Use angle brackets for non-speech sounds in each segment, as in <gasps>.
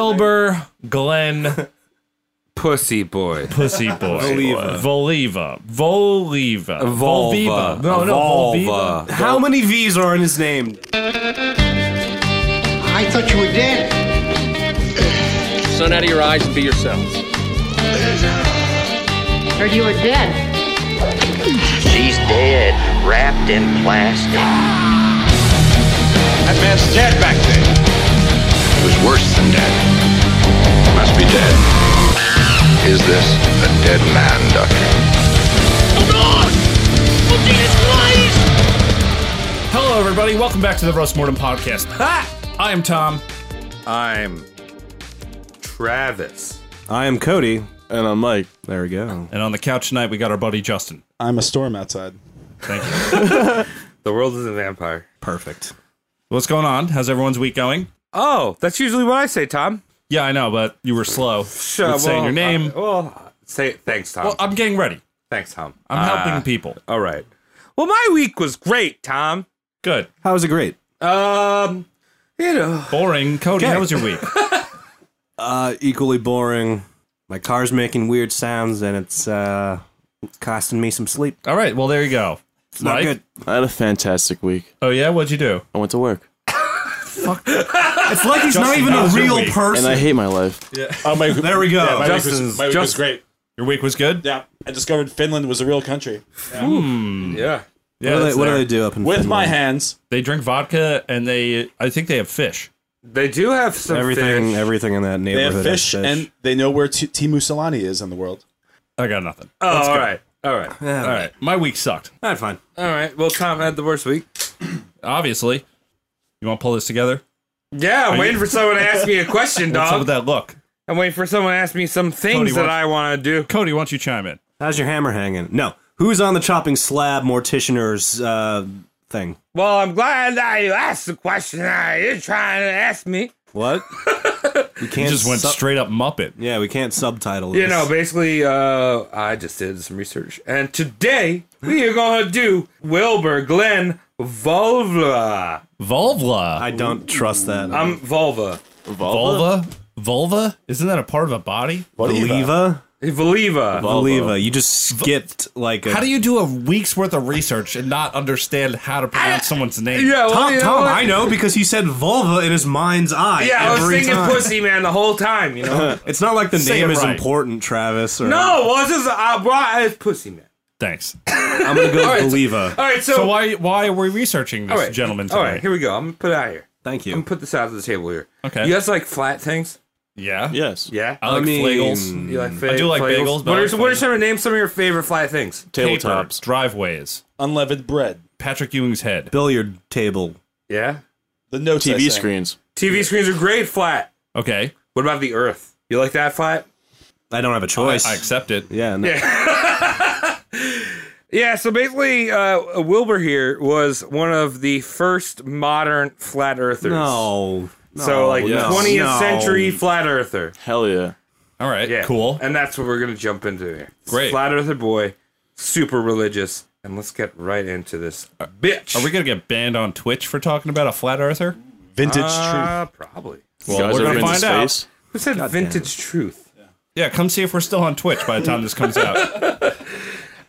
Wilbur Glenn Pussy boy. <laughs> Pussy Boy. Voliva. Voliva. Voliva. Volva. Volviva. No, no, Volviva. Volva. How many V's are in his name? I thought you were dead. Sun out of your eyes and be yourselves. Heard you were dead. She's dead, wrapped in plastic. That man's dead back there. It was worse than dead. Must be dead. Is this a dead man, Doctor? Hello, everybody. Welcome back to the Roast Mortem Podcast. I am Tom. I'm Travis. I am Cody, and I'm Mike. There we go. And on the couch tonight, we got our buddy Justin. I'm a storm outside. Thank you. The world is a vampire. Perfect. What's going on? How's everyone's week going? Oh, that's usually what I say, Tom. Yeah, I know, but you were slow Sure, uh, with saying your name. well, say thanks, Tom. well, I'm getting ready. thanks, Tom. I'm Ah, helping people. All right. Well, my week was great, Tom. Good. How was it great? Um, you know, Boring. Cody, how was your week? Uh, equally boring. My car's making weird sounds, and it's uh, costing me some sleep. All right. Well, there you go. Mike? I had a fantastic week. Oh, yeah? What'd you do? I went to work, It's like he's Justin, not how's even a your real week? person. and I hate my life. Oh <laughs> my! There we go. my week Justin's- was, my week was Justin- great. Your week was good? Yeah, I discovered Finland was a real country yeah. Yeah. what, do they, it's what do there. they do up in with Finland? my hands. They drink vodka and they, I think they have fish. They do have some Everything, fish. everything in that They neighborhood. have has fish, and they know where T- Timu Solani is in the world. I got nothing. oh, all right, all right, All right. My week sucked. not fun. all right. Well, Tom had the worst week. Obviously. You want to pull this together? Yeah, I'm waiting for someone to ask <laughs> me a question, What's up dog. with that look? I'm waiting for someone to ask me some things Cody that wants- I want to do. Cody, why don't you chime in? How's your hammer hanging? No. Who's on the chopping slab morticianer's uh, thing? Well, I'm glad that you asked the question that you're trying to ask me. What? we can't. He just went sub- straight up Muppet. Yeah, we can't subtitle. You this. know, basically, uh, I just did some research, and today we are gonna do Wilbur Glenn Vulva. Vulva. I don't trust that. I'm Vulva. Vulva? Vulva? Isn't that a part of a body? Believa. Voliva. Believa. You just skipped like a. How do you do a week's worth of research and not understand how to pronounce someone's name? Yeah, well, Tom, you know Tom, what? I know because he said vulva in his mind's eye. Yeah, I was every thinking time. pussy man the whole time. You <laughs> know. It's not like the Say name it is right. important, Travis. Or no, well, this is I brought as pussy man. Thanks. I'm gonna go with Believa. All right, so, So why why are we researching this all right, gentleman today? All right, here we go. I'm gonna put it out here. Thank I'm you. gonna put this out of the table here. Okay. You guys like flat things? yeah. Yes. Yeah. I like mean, flagels. you like fa- I do like flagels? bagels, but What I are, like what are flagels. some of name some of your favorite flat things? Paper, Tabletops. driveways, Unleavened bread. Patrick Ewing's head. Billiard table. Yeah. The notes I TV sang. screens. TV screens are great flat. Okay, What about the Earth? You like that flat? I don't have a I, choice. I accept it. yeah. No. Yeah. So basically, uh, Wilbur here was one of the first modern flat earthers. No. So like no, 20th no. century flat earther. Hell yeah. All right, Yeah. cool. And that's what we're gonna jump into here. Great. Flat earther boy, super religious, and let's get right into this bitch. Are we gonna get banned on Twitch for talking about a flat earther? Vintage Ah. truth. Uh, probably. Well, guys we're ever gonna been to find out. space? Who said vintage truth? Yeah, come see if we're still on Twitch by the time this comes <laughs> out.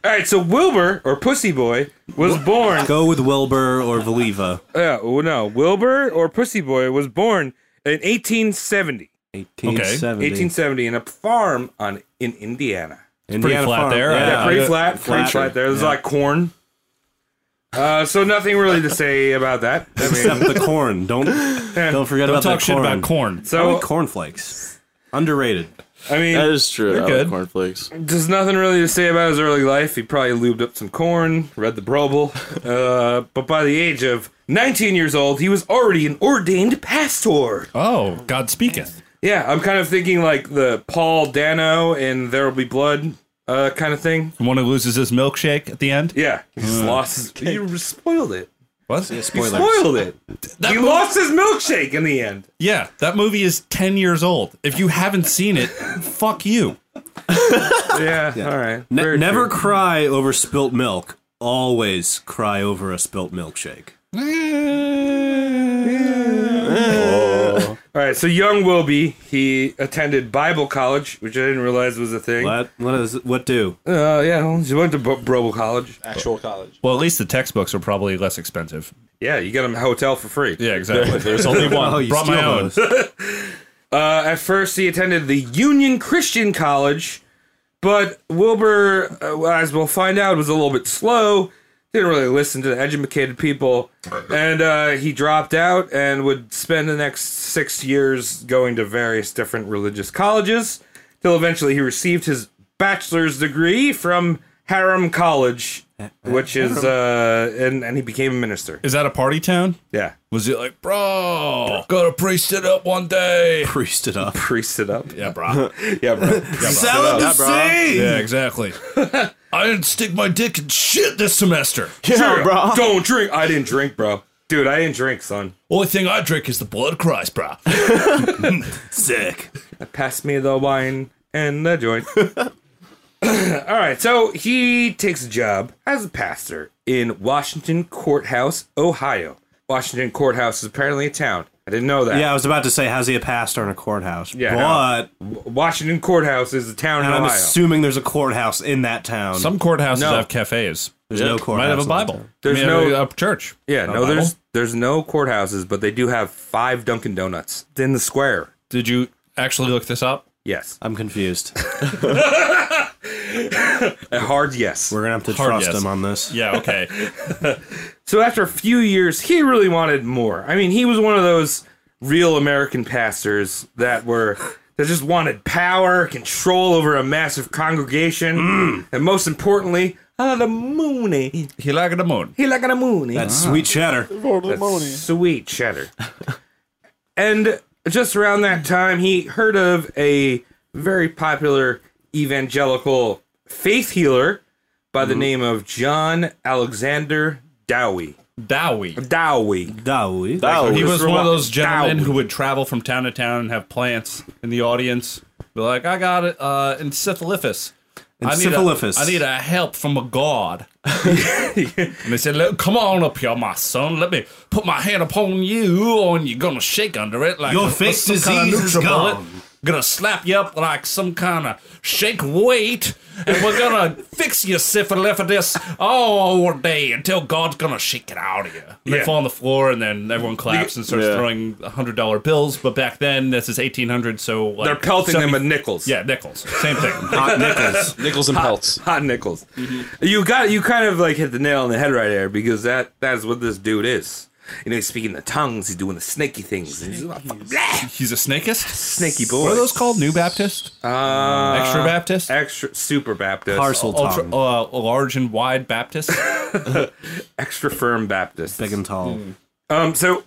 All right, so Wilbur or Pussy Boy was <laughs> born. Go with Wilbur or Believa. Yeah, well, no, Wilbur or Pussy Boy was born in 1870. 1870. 1870 in a farm on in Indiana. Indiana flat farm. there, Uh, Yeah. right? Yeah, pretty flat, pretty flat. flat. There was like corn. Uh, so nothing really to say about that. <laughs> I mean, Except the corn. Don't <laughs> don't forget Don't about talk that shit corn. about corn. I like so cornflakes. Underrated. I That mean, is true. I like good. cornflakes. there's nothing really to say about his early life. He probably lubed up some corn, read the <laughs> Bible. Uh, but by the age of 19 years old, he was already an ordained pastor. Oh, God speaketh. Yeah, I'm kind of thinking like the Paul Dano in There Will Be Blood uh, kind of thing. The one who loses his milkshake at the end. Yeah, he just lost. His, You spoiled it. What? You spoiled it. he lost his milkshake in the end. Yeah, that movie is ten years old. If you haven't seen it, fuck you. Yeah. All right. Ne- Very never true. cry over spilt milk. Always cry over a spilt milkshake. All right, so young Wilby, he attended Bible college, which I didn't realize was a thing. What? What is? What do? Uh, yeah, well, he went to B- Broble College. Actual college. Well, at least the textbooks are probably less expensive. Yeah, you got him a hotel for free. Yeah, <laughs> exactly. There's only one. Oh, you Brought my steal own. those. Uh, at first, he attended the Union Christian College, but Wilbur, uh, as we'll find out, was a little bit slow. Didn't really listen to the educated people, and uh, he dropped out and would spend the next six years going to various different religious colleges, till eventually he received his bachelor's degree from Harem College, which is uh, and and he became a minister. Is that a party town? Yeah, <laughs> Was it like, bro, gotta priest it up one day? Priest it up. <laughs> priest it up. <laughs> Yeah, <laughs> bro. Yeah, bro. Celibacy. yeah, exactly. <laughs> I didn't stick my dick in shit this semester. Yeah, bro. Don't drink. I didn't drink, bro. Dude, I didn't drink, son. Only thing I drink is the blood of Christ, bro. Sick. Pass me the wine and the joint. <laughs> All right, so he takes a job as a pastor in Washington Courthouse, Ohio. Washington Courthouse is apparently a town. I didn't know that. Yeah, I was about to say, how's he a pastor in a courthouse? Yeah, But Washington Courthouse is a town in and I'm Ohio. assuming there's a courthouse in that town. <laughs> Some courthouses No. have cafes. There's no Might have a courthouse in Bible. town. There's May have no- a, a church. yeah, Not a no, there's Bible. there's no courthouses, but they do have five Dunkin' Donuts in the square. Did you actually look this up? Yes, I'm confused. a hard yes. We're gonna have to Hard trust yes. him on this. Yeah, okay. So after a few years, he really wanted more. I mean, he was one of those real American pastors that were that just wanted power, control over a massive congregation, and most importantly, a lot of money. he liked the moon. He like a money. That's sweet cheddar. That's sweet cheddar. <laughs> and just around that time, he heard of a very popular evangelical faith healer by the name of John Alexander Dowie. Dowie. Dowie. Dowie. Oh, He <laughs> Just was real- one of those gentlemen Dowie. who would travel from town to town and have plants in the audience. Be like, I got it uh, encephalitis. Encephalitis. I need, a, I need a help from a god. <laughs> and they said, Look, come on up here, my son. Let me put my hand upon you, and you're gonna shake under it like Your a- fake some kind disease of is Nutribullet. gone. Gonna slap you up like some kind of shake weight, and we're gonna fix your syphilitis all day until God's gonna shake it out of you. And They Yeah. fall on the floor, and then everyone claps and starts Yeah. throwing hundred dollar bills. But back then, this is eighteen hundred, so like, They're pelting them 70 with nickels. Yeah, nickels. Same thing. Hot nickels. Nickels and pelts. hot nickels. Mm-hmm. You got you kind of like hit the nail on the head right there because that that's what this dude is. You know, he's speaking the tongues, he's doing the snaky things. and He's like, "Blah!" He's a snakeist. snaky boy. What are those called? New Baptist? Uh, Extra Baptist? Extra super Baptist, Parcel Ultra, tongue. uh, large and wide Baptist? extra firm Baptist. Big and tall. Um, so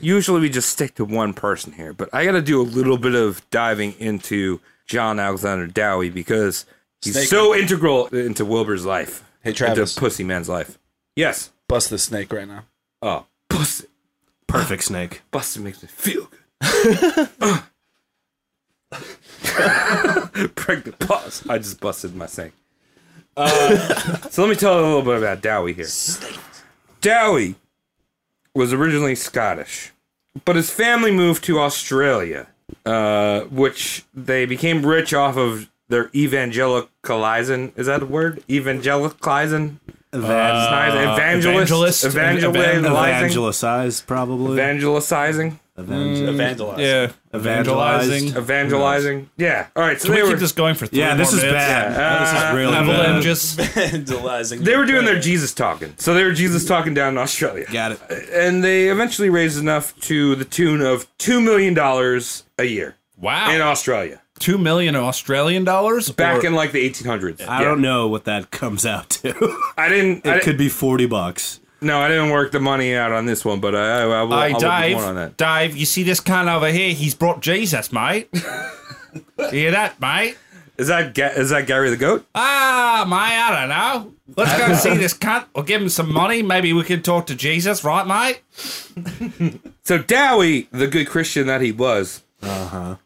usually we just stick to one person here, but I got to do a little bit of diving into John Alexander Dowie because he's Snake. so integral into Wilbur's life, Hey, Travis. into Pussy Man's life. Yes. Bust the snake right now. Oh, pussy. Perfect snake. Buster makes me feel good. <laughs> Pregnant pause. I just busted my sink. Uh, <laughs> so let me tell you a little bit about Dowie here. Dowie was originally Scottish, but his family moved to Australia, uh, which they became rich off of their evangelicalizing. Is that a word? Evangelicalizing? Evan- Nice. evangelist. evangelist? Evangelizing? evangelicize, probably. evangelizing? Evangel- Evangelize. yeah. Evangelized. Evangelizing. Evangelizing? Yeah. All right. So Can they we were, keep this going for three yeah, this more is minutes? bad. this is really bad. Avalanches. <laughs> Evangelizing. they were doing their Jesus talking. So they were Jesus talking down in Australia. Got it. And they eventually raised enough to the tune of $2 million a year Wow. in Australia Two million Australian dollars? back Or- in like the 1800s. I don't know what that comes out to. I didn't. I di- it could be 40 bucks. no, I didn't work the money out on this one, but I, I, I will, I I will do more dive, on that. dive. You see this cunt over here? He's brought Jesus, <laughs> mate. You Hear that, mate? Is that, Ga- is that Gary the Goat? Ah, mate, I don't know. Let's go see this cunt. We'll give him some money. Maybe we can talk to Jesus, right, mate? So Dowie, the good Christian that he was,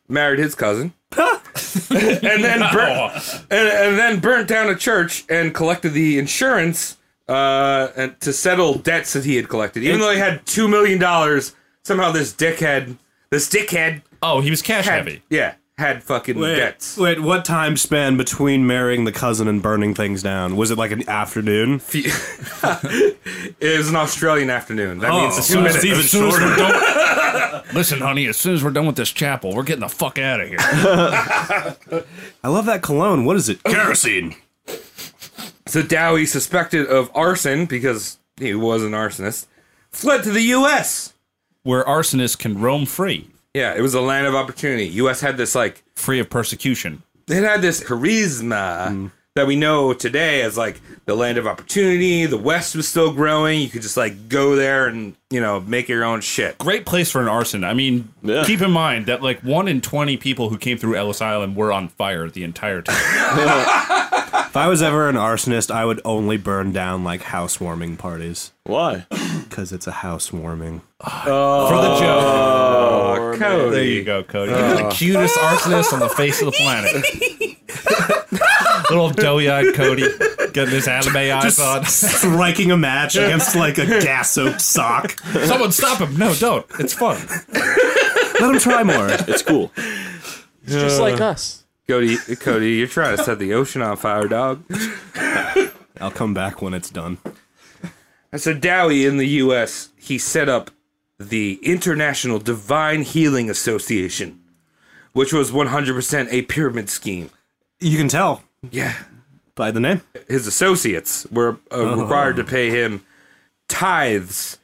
married his cousin. and then burnt, and, and then burnt down a church and collected the insurance uh, and to settle debts that he had collected. Even though he had two million dollars, somehow this dickhead, this dickhead, Oh, he was cash Had- heavy. Yeah, had fucking Wait, debts. wait, what time span between marrying the cousin and burning things down? Was it like an afternoon? It was an Australian afternoon. That Oh. means as two soon as minutes. Steven As soon as we're Listen, honey, as soon as we're done with this chapel, we're getting the fuck out of here. <laughs> I love that cologne. What is it? Kerosene. So Dowie, suspected of arson because he was an arsonist, fled to the U.S. Where arsonists can roam free, Yeah, it was a land of opportunity. U.S. had this like free of persecution. it had this charisma that we know today as like the land of opportunity. The West was still growing. You could just like go there and you know make your own shit. Great place for an arson. I mean, Yeah. keep in mind that like one in 20 people who came through Ellis Island were on fire the entire time. <laughs> If I was ever an arsonist, I would only burn down like housewarming parties Why? because it's a housewarming. for the joke. Oh, Cody. There you go, Cody. Oh. You're the cutest arsonist on the face of the planet. <laughs> Little doughy eyed Cody getting his anime eyes on. striking a match against like a gas soaked sock. Someone stop him. No, don't. It's <laughs> fun. Let him try <laughs> more. It's cool. It's just like us. Cody. Cody, you're trying to set the ocean on fire, dog. I'll come back when it's done. So Dowie in the U.S. he set up the International Divine Healing Association, which was 100% a pyramid scheme. You can tell Yeah, by the name. his associates were uh, required to pay him tithes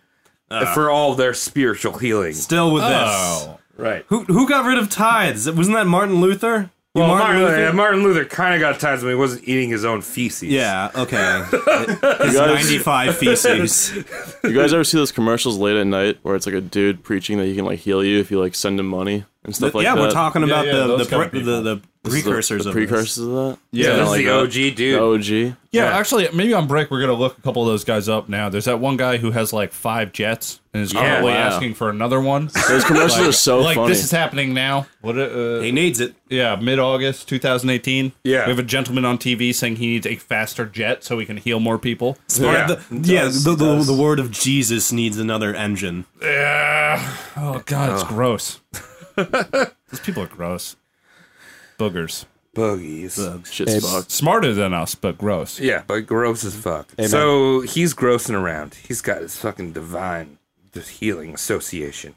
for all their spiritual healing. Still with this. Oh. Right. Who who got rid of tithes? Wasn't that Martin Luther? Well, Martin, Luther, kind of got tithes when he wasn't eating his own feces. Yeah. Okay. His guys- ninety-five feces. You guys ever see those commercials late at night where it's like a dude preaching that he can like heal you if you like send him money and stuff like yeah, that? we're talking about yeah, the, the, those kind pre- of the the This is the- precursors the, of precursors this. of that. Yeah, Kinda this is like the that. OG dude. The OG. Yeah, Yeah. actually, maybe on break we're gonna look a couple of those guys up now. There's that one guy who has like five jets and is Yeah. currently Wow. asking for another one. Those commercials are so like funny. this is happening now. What? Uh, He needs it. yeah, mid August 2018. Yeah. we have a gentleman on TV saying he needs a faster jet so he can heal more people. Yeah. the, yeah, the, the, the word of Jesus needs another engine. Oh God, it's gross. <laughs> Those people are gross. Boogers, Boogies. Shit's fucked. smarter than us, but gross. Yeah, but gross as fuck. So he's grossing around. He's got his fucking divine this healing association.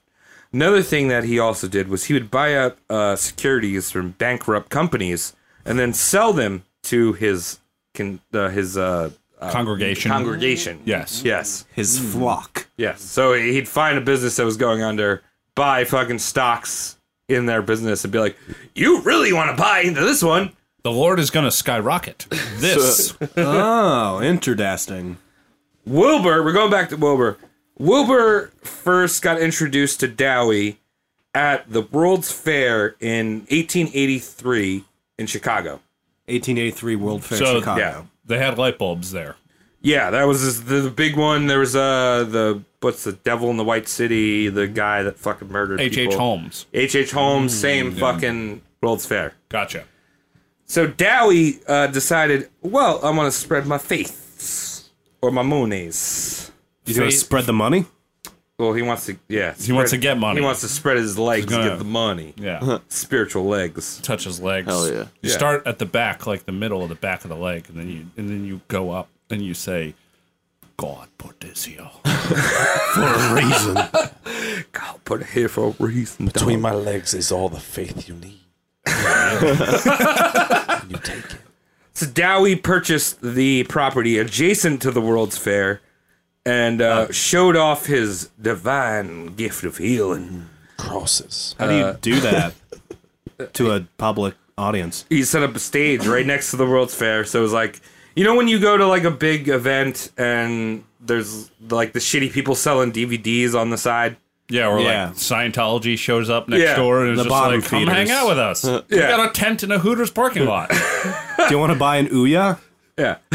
Another thing that he also did was he would buy up uh, securities from bankrupt companies and then sell them to his con- uh, his uh, Congregation. congregation. Yes. Yes. His flock. Yes. So he'd find a business that was going under, buy fucking stocks in their business, and be like, "You really want to buy into this one?" The Lord is gonna skyrocket this. Oh, interdasting. Wilbur, we're going back to Wilbur. Wilbur first got introduced to Dowie at the World's Fair in 1883 in Chicago. 1883 World Fair So, Chicago. Yeah. they had light bulbs there. Yeah, that was his- the, the big one. There was uh the what's the Devil in the White City, the guy that fucking murdered H.H. people. Holmes. H. Mm, H. Holmes, same fucking World's Fair. Gotcha. So Dowie uh, decided, well, I want to spread my faith or my moonies. He's going to spread the money? Well, he wants to, yeah. He wants to get money. He wants to spread his legs gonna- to get the money. Yeah. Spiritual legs. Touch his legs. Hell yeah. You Yeah. start at the back, like the middle of the back of the leg, and then you and then you go up and you say, God put this here. <laughs> I'll put it here for a reason. Between my legs is all the faith you <laughs> need. you take it. So Dowie purchased the property adjacent to the World's Fair and uh, showed off his divine gift of healing. Crosses. How do you do that to a public audience? He set up a stage right next to the World's Fair. So it was like, you know, when you go to like a big event and there's like the shitty people selling DVDs on the side. Yeah, or Yeah. like Scientology shows up next Yeah. door and is The just bottom like, come feeders. hang out with us. We Yeah. got a tent in a Hooters parking lot. Do you want to buy an Ouya? Yeah. <laughs>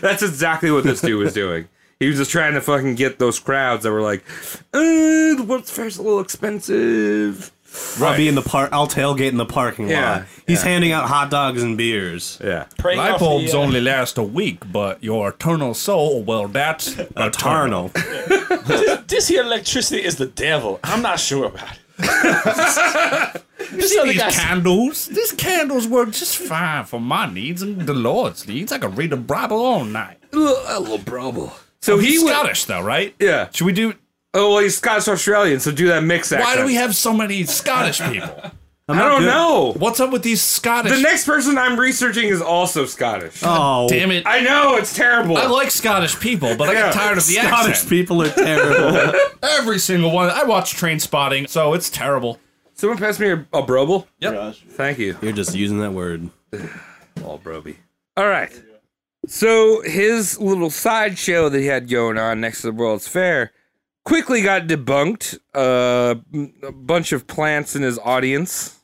That's exactly what this dude was doing. He was just trying to fucking get those crowds that were like, uh, the World's Fair's a little expensive. I'll be in the park. I'll tailgate in the parking Yeah. lot. He's handing out hot dogs and beers. Yeah. Light bulbs uh, only last a week, but your eternal soul, well, that's Eternal. This here electricity is the devil. I'm not sure about it. This other These guy's candles, these candles work just fine for my needs and the Lord's needs. I could read the Bible all night. So he He's went. Scottish though, right? Yeah. Should we do? Oh, well, he's Scottish Australian, so do that mix accent. Why do we have so many Scottish people? I don't good. know. What's up with these Scottish? The next person I'm researching is also Scottish. Oh, Damn it! I, I know it's terrible. like Scottish people, but I Yeah. get tired of the Scottish accent. people are terrible. Every single one. I watch Train Spotting, so it's terrible. Someone pass me a, a Brobel. Yep. Thank you. You're just using that word. All Broby. All right. So his little sideshow that he had going on next to the World's Fair quickly got debunked. Uh, m- a bunch of plants in his audience,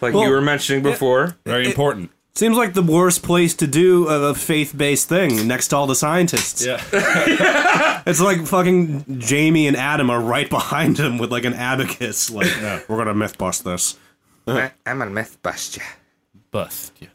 like Well, you were mentioning before. Very important. Seems like the worst place to do a a faith-based thing next to all the scientists. <laughs> Yeah. It's like fucking Jamie and Adam are right behind him with like an abacus. Like, we're gonna myth bust this. I, I'm a mythbuster. Bust. Yeah.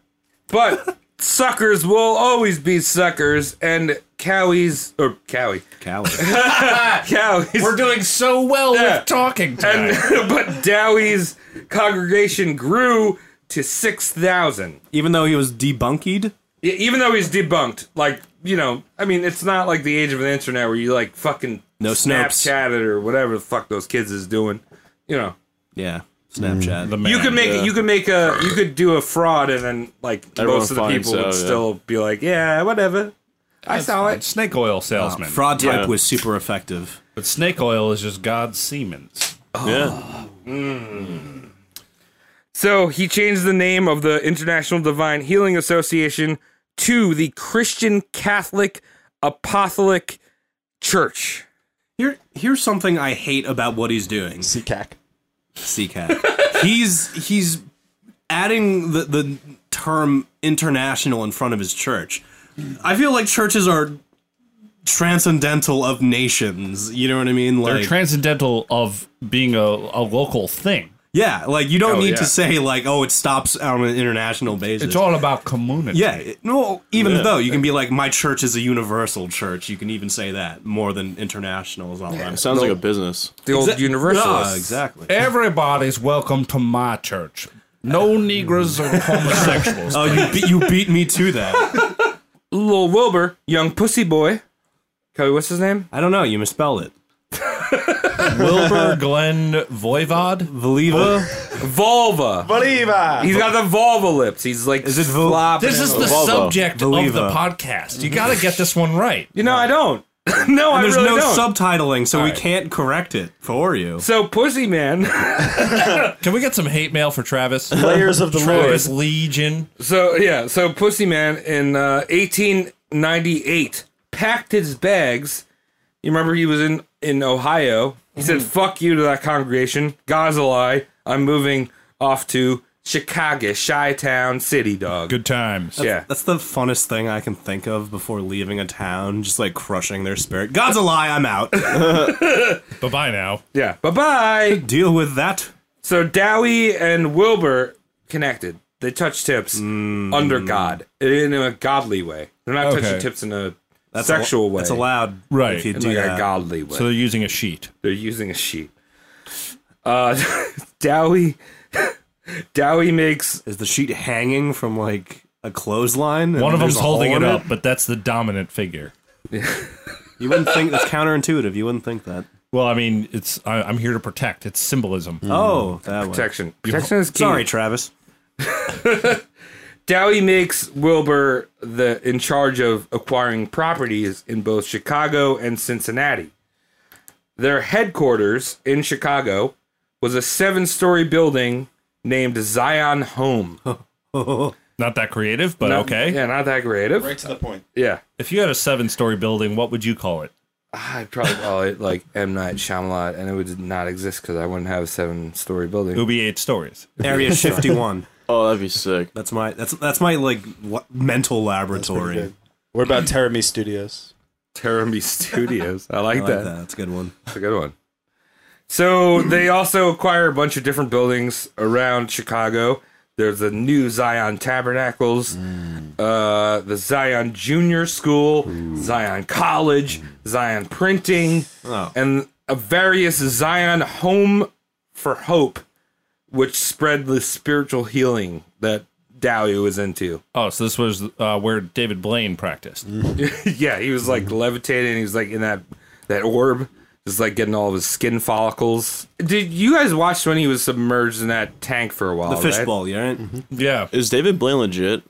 But suckers will always be suckers, and cowies or cowie, Coward. cowies. We're doing so well Yeah. with talking And- today. <laughs> but Dowie's congregation grew to 6,000. <laughs> Even though he was debunkied. E- Even though he's debunked, like, you know, I mean, it's not like the age of the internet where you, like, fucking No Snopes. Snapchat it or whatever the fuck those kids is doing. You know, Yeah. Snapchat. man. you could make yeah. you could make a you could do a fraud and then like uh, Everyone most of the finds people would out, yeah. still be like, yeah, whatever. I saw it. Snake oil salesman. Fraud type Yeah. was super effective. but snake oil is just God's semen's. Yeah. So he changed the name of the International Divine Healing Association to the Christian Catholic Apostolic Church. Here, here's something I hate about what he's doing. CCAC. CCAC. he's he's adding the the term international in front of his church. I feel like churches are transcendental of nations. You know what I mean? They're Like, transcendental of being a, a local thing. yeah, like you don't Oh, need yeah. to say like, oh, it stops on an international basis. It's all about community. yeah, it- no. Even though you can be like, my church is a universal church. You can even say that more than international is all It right. sounds like a business. The old Exa- Universalists. Ah, Yeah, exactly. Everybody's welcome to my church. No Negroes <laughs> or homosexuals. Oh, you be- you beat me to that. Little Wilbur, young pussy boy. Cody, what's his name? I don't know. You misspelled it. <laughs> Wilbur Glenn Voivod. Valiva. Volva. Bolivar. He's got the vulva lips. He's like Is it Vol- flopping. This is out. the Volvo. subject of the Valiva. podcast. You got to get this one right. you know I don't. <laughs> no, I There's really no don't. subtitling, so we can't correct it for you. so pussy man. <laughs> Can we get some hate mail for Travis? Players of the Lord. Travis Legion. So yeah, so Pussy Man in uh, 1898 packed his bags. You remember he was in in Ohio. He said, "Fuck you to that congregation. God's a lie. I'm moving off to Chicago, Chi-town, city dog." Good times. yeah. That's the funnest thing I can think of before leaving a town, just like crushing their spirit. God's a lie, <laughs> I'm out. Bye bye now. yeah. Bye-bye. Deal with that. so Dowie and Wilbur connected. They touch tips under God in a godly way. They're not touching Okay. tips in a That's sexual al- way. That's allowed. Right. If you In do like a that. godly way. So they're using a sheet. They're using a sheep. Uh, <laughs> Dowie, <laughs> Dowie makes Is the sheet hanging from like a clothesline? and One of there's them's a hole holding in it up, but that's the dominant figure. You wouldn't think that's counterintuitive. You wouldn't think that. Well, I mean, it's I, I'm here to protect. It's symbolism. Oh, that way. protection. Protection is Hmm. key. <laughs> Sorry, Travis. Dowie makes Wilbur the in charge of acquiring properties in both Chicago and Cincinnati. Their headquarters in Chicago was a seven-story building named Zion <laughs> Home. Not that creative, but okay. Yeah, not that creative. Right to the point. Yeah. If you had a seven-story building, what would you call it? I'd probably call it like M. Night Shyamalan, and it would not exist because I wouldn't have a seven-story It would building. be eight stories. Area 51. Oh, that'd be sick. That's my that's that's my like la- mental laboratory. Good. What about Terrami Studios? Terramby Studios. I like, I like that. That's a good one. That's a good one. So they also acquire a bunch of different buildings around Chicago. There's the new Zion Tabernacles, uh, the Zion Junior School, Zion College, Zion Printing, Oh. and a various Zion Home for hope, which spread the spiritual healing that Dowey was into. Oh, so this was uh, where David Blaine practiced. yeah, he was like levitating. He was like in that that orb, just like getting all of his skin follicles. Did you guys watch when he was submerged in that tank for a while? The right? fishbowl, yeah, right? Yeah, Is David Blaine legit?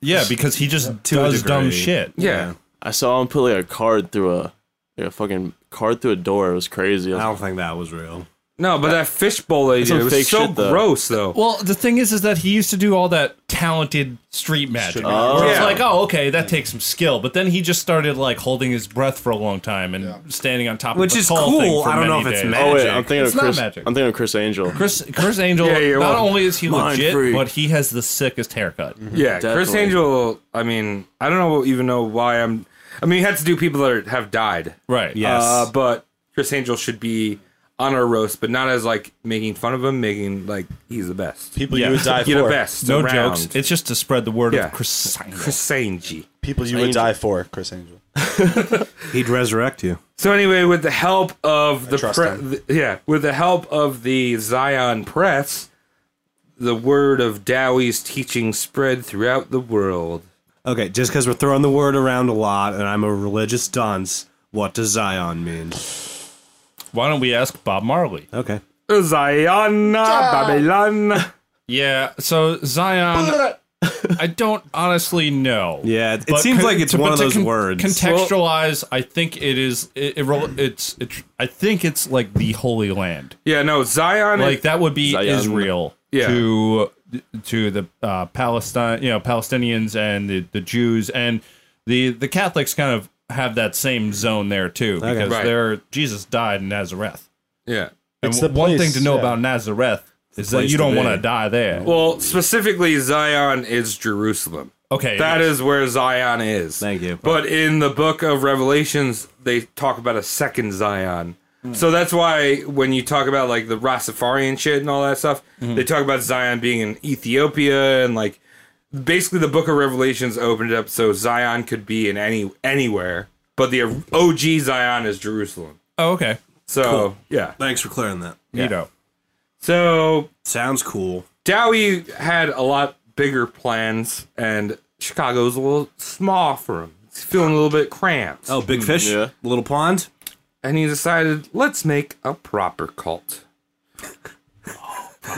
yeah, because he just To a does dumb degree. shit. Yeah. I saw him put like a card through a like a fucking card through a door. It was crazy. I I was don't think that was real. No, but that fishbowl they some did it was fake so shit, though. gross though. Well, the thing is, is that he used to do all that talented street magic. magic. where it's Yeah. like, oh, okay, that takes some skill. But then he just started like holding his breath for a long time and standing on top Which of is the tall cool. thing for I don't know many if it's days. magic. oh wait, I'm thinking It's of not Chris. magic. I'm thinking of Chris Angel. Chris, Chris Angel. Yeah, you're not welcome. Mm-hmm. only is he Mind legit, free. but he has the sickest haircut. yeah, Chris definitely. Angel. I mean, I don't know even know why I'm. I mean, he had to do people that are, have died. Right. Yes. Uh, but Chris Angel should be on our roast, but not as like making fun of him, making like he's the best. People Yeah. you would die for. You're the best. No around. jokes. It's just to spread the word Yeah. of Chris. Angel. Chris Angel. People you would Angel. die for, Chris Angel. He'd resurrect you. So anyway, with the help of the, trust pre- him. th- yeah, with the help of the Zion Press, the word of Dowie's teaching spread throughout the world. Okay, just because we're throwing the word around a lot and I'm a religious dunce, what does Zion mean? Why don't we ask Bob Marley? Okay. Zion, Babylon. Yeah. So Zion. I don't honestly know. Yeah, it But seems con- like it's but one of to those con- words. Contextualize, I think it is. It, it, rel- it's. It, I think it's like the Holy Land. Yeah, no, Zion. Like that would be Zion. Israel Yeah. to to the uh, Palestine, you know, Palestinians and the, the Jews and the the Catholics kind of have that same zone there too because Right. they're Jesus died in Nazareth. yeah. It's and the one place, thing to know yeah. about Nazareth is that place you don't to want to be. die there. Well, specifically, Zion is Jerusalem. okay, That is where Zion is. Thank you. But in the book of Revelations, they talk about a second Zion. So that's why when you talk about like the Rastafarian shit and all that stuff, Mm-hmm. they talk about Zion being in Ethiopia and like basically the book of Revelations opened it up so Zion could be in any anywhere, but the OG Zion is Jerusalem. oh, okay, So, yeah. Thanks for clearing that. you know, So Sounds cool. Dowie had a lot bigger plans, and Chicago's a little small for him. He's feeling a little bit cramped. Oh, big fish? yeah. Little pond? And he decided, let's make a proper <laughs> cult.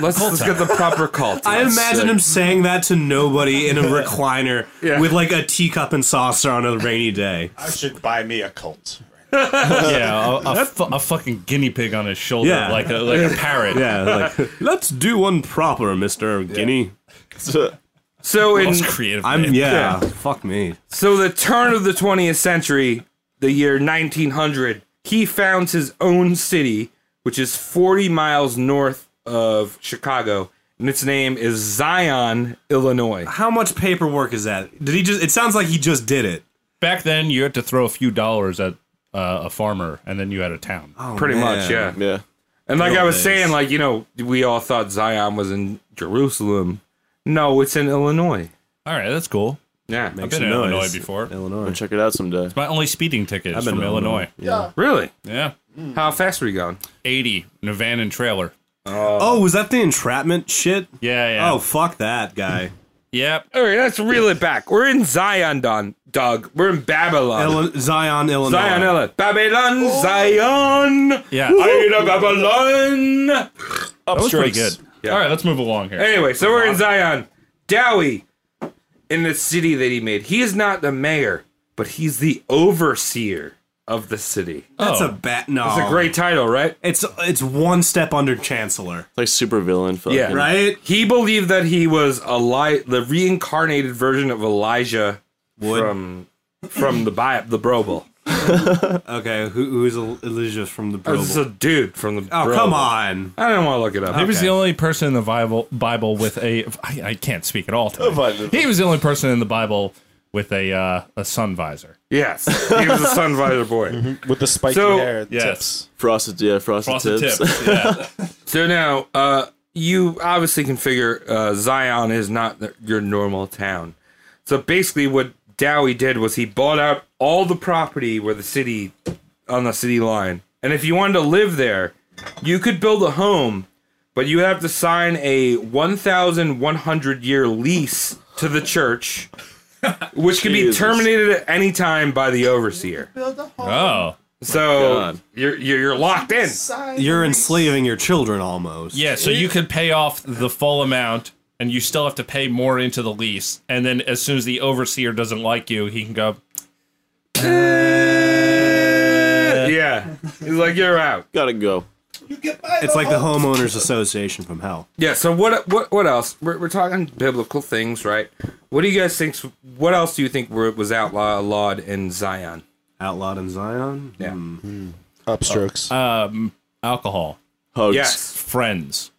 Let's, let's get the proper cult. <laughs> I imagine sick. him saying that to nobody in a recliner Yeah. with like a teacup and saucer on a rainy day. I should buy me a cult. yeah, a, a, fu- a fucking guinea pig on his shoulder, Yeah. like a like a parrot. Yeah, like let's do one proper, Mister Guinea. so in Most creative. I'm name. yeah, Fuck me. so the turn of the 20th century, the year 1900, he founds his own city, which is 40 miles north of Chicago, and its name is Zion, Illinois. How much paperwork is that? Did he just? It sounds like he just did it. Back then, you had to throw a few dollars at uh, a farmer, and then you had a town. Pretty man. much, yeah. yeah. And like I was days. saying, like, you know, we all thought Zion was in Jerusalem. No, it's in Illinois. All right, that's cool. Yeah. I've been in Illinois. Illinois before. I'll Illinois. check it out someday. My only speeding ticket is been from to Illinois. Really? Yeah, How fast are we going? eighty in a van and trailer. Oh, was that the entrapment shit? Yeah, yeah. Oh, fuck that guy. yep. All right, let's reel it back. We're in Zion, Don, Doug. We're in Babylon. Illi- Zion, Illinois. Zion, Ella. Babylon, Zion. Yeah. Ida, Babylon. That was pretty good. Upstrokes. Yeah. All right, let's move along here. Anyway, so we're in Zion. Dowie, in the city that he made, he is not the mayor, but he's the overseer of the city. That's Oh. a bat. No, It's a great title, right? It's it's one step under chancellor, Like super villain. Fucking. Yeah. right? He believed that he was Eli- the reincarnated version of Elijah from from the bi- the Brobel. Okay, who, who's El- Elijah from the Oh, This is Bible? a dude from the. Oh, Brobel. come on. I don't want to look it up. He was Okay. the only person in the Bible Bible with a. I, I can't speak at all. tonight. Bible. He was the only person in the Bible with a uh, a sun visor. Yes, he was a sun visor boy. With the spiky So- hair. Yes. Tips. Frosted. Yeah. Frosted, Frosted tips. tips. Yeah. So now, uh, you obviously can figure uh, Zion is not the, your normal town. So basically, what Dowie did was he bought out all the property where the city on the city line, and if you wanted to live there, you could build a home, but you have to sign a 1,100 year lease to the <laughs> church, which can be Jesus. terminated at any time by the overseer. Oh. So God. you're, you're you're locked in. You're enslaving your children almost. Yeah, so you could pay off the full amount and you still have to pay more into the lease. And then as soon as the overseer doesn't like you, he can go, Yeah, he's like you're out. <laughs> Gotta go. It's like the homeowners association from hell. Yeah. So what what what else? We're, we're talking biblical things, right? What do you guys think? What else do you think were, was outlawed in Zion? Outlawed in Zion. Yeah. Upstrokes. alcohol, Hugs. Yes. friends.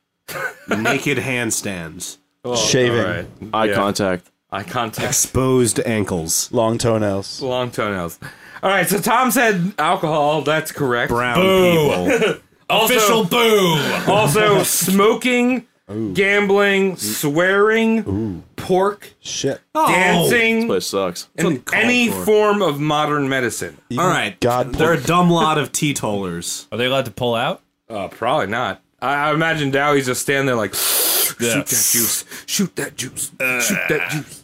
Naked handstands. Shaving. All right. Eye Yeah. contact. <laughs> Eye contact. Exposed ankles. Long toenails. Long toenails. All right. So Tom said alcohol. That's correct. Brown people. Also- Official boo! <laughs> <laughs> Also, smoking, Mm. gambling, swearing, pork, Shit. Oh, This dancing, place sucks. and uncalled any for. form of modern medicine. All right. God- They're a dumb lot of teetotalers. Are they allowed to pull out? Uh, probably not. I, I imagine Dowie's just standing there like, shoot Yeah. that juice, shoot that juice, shoot Uh. that juice.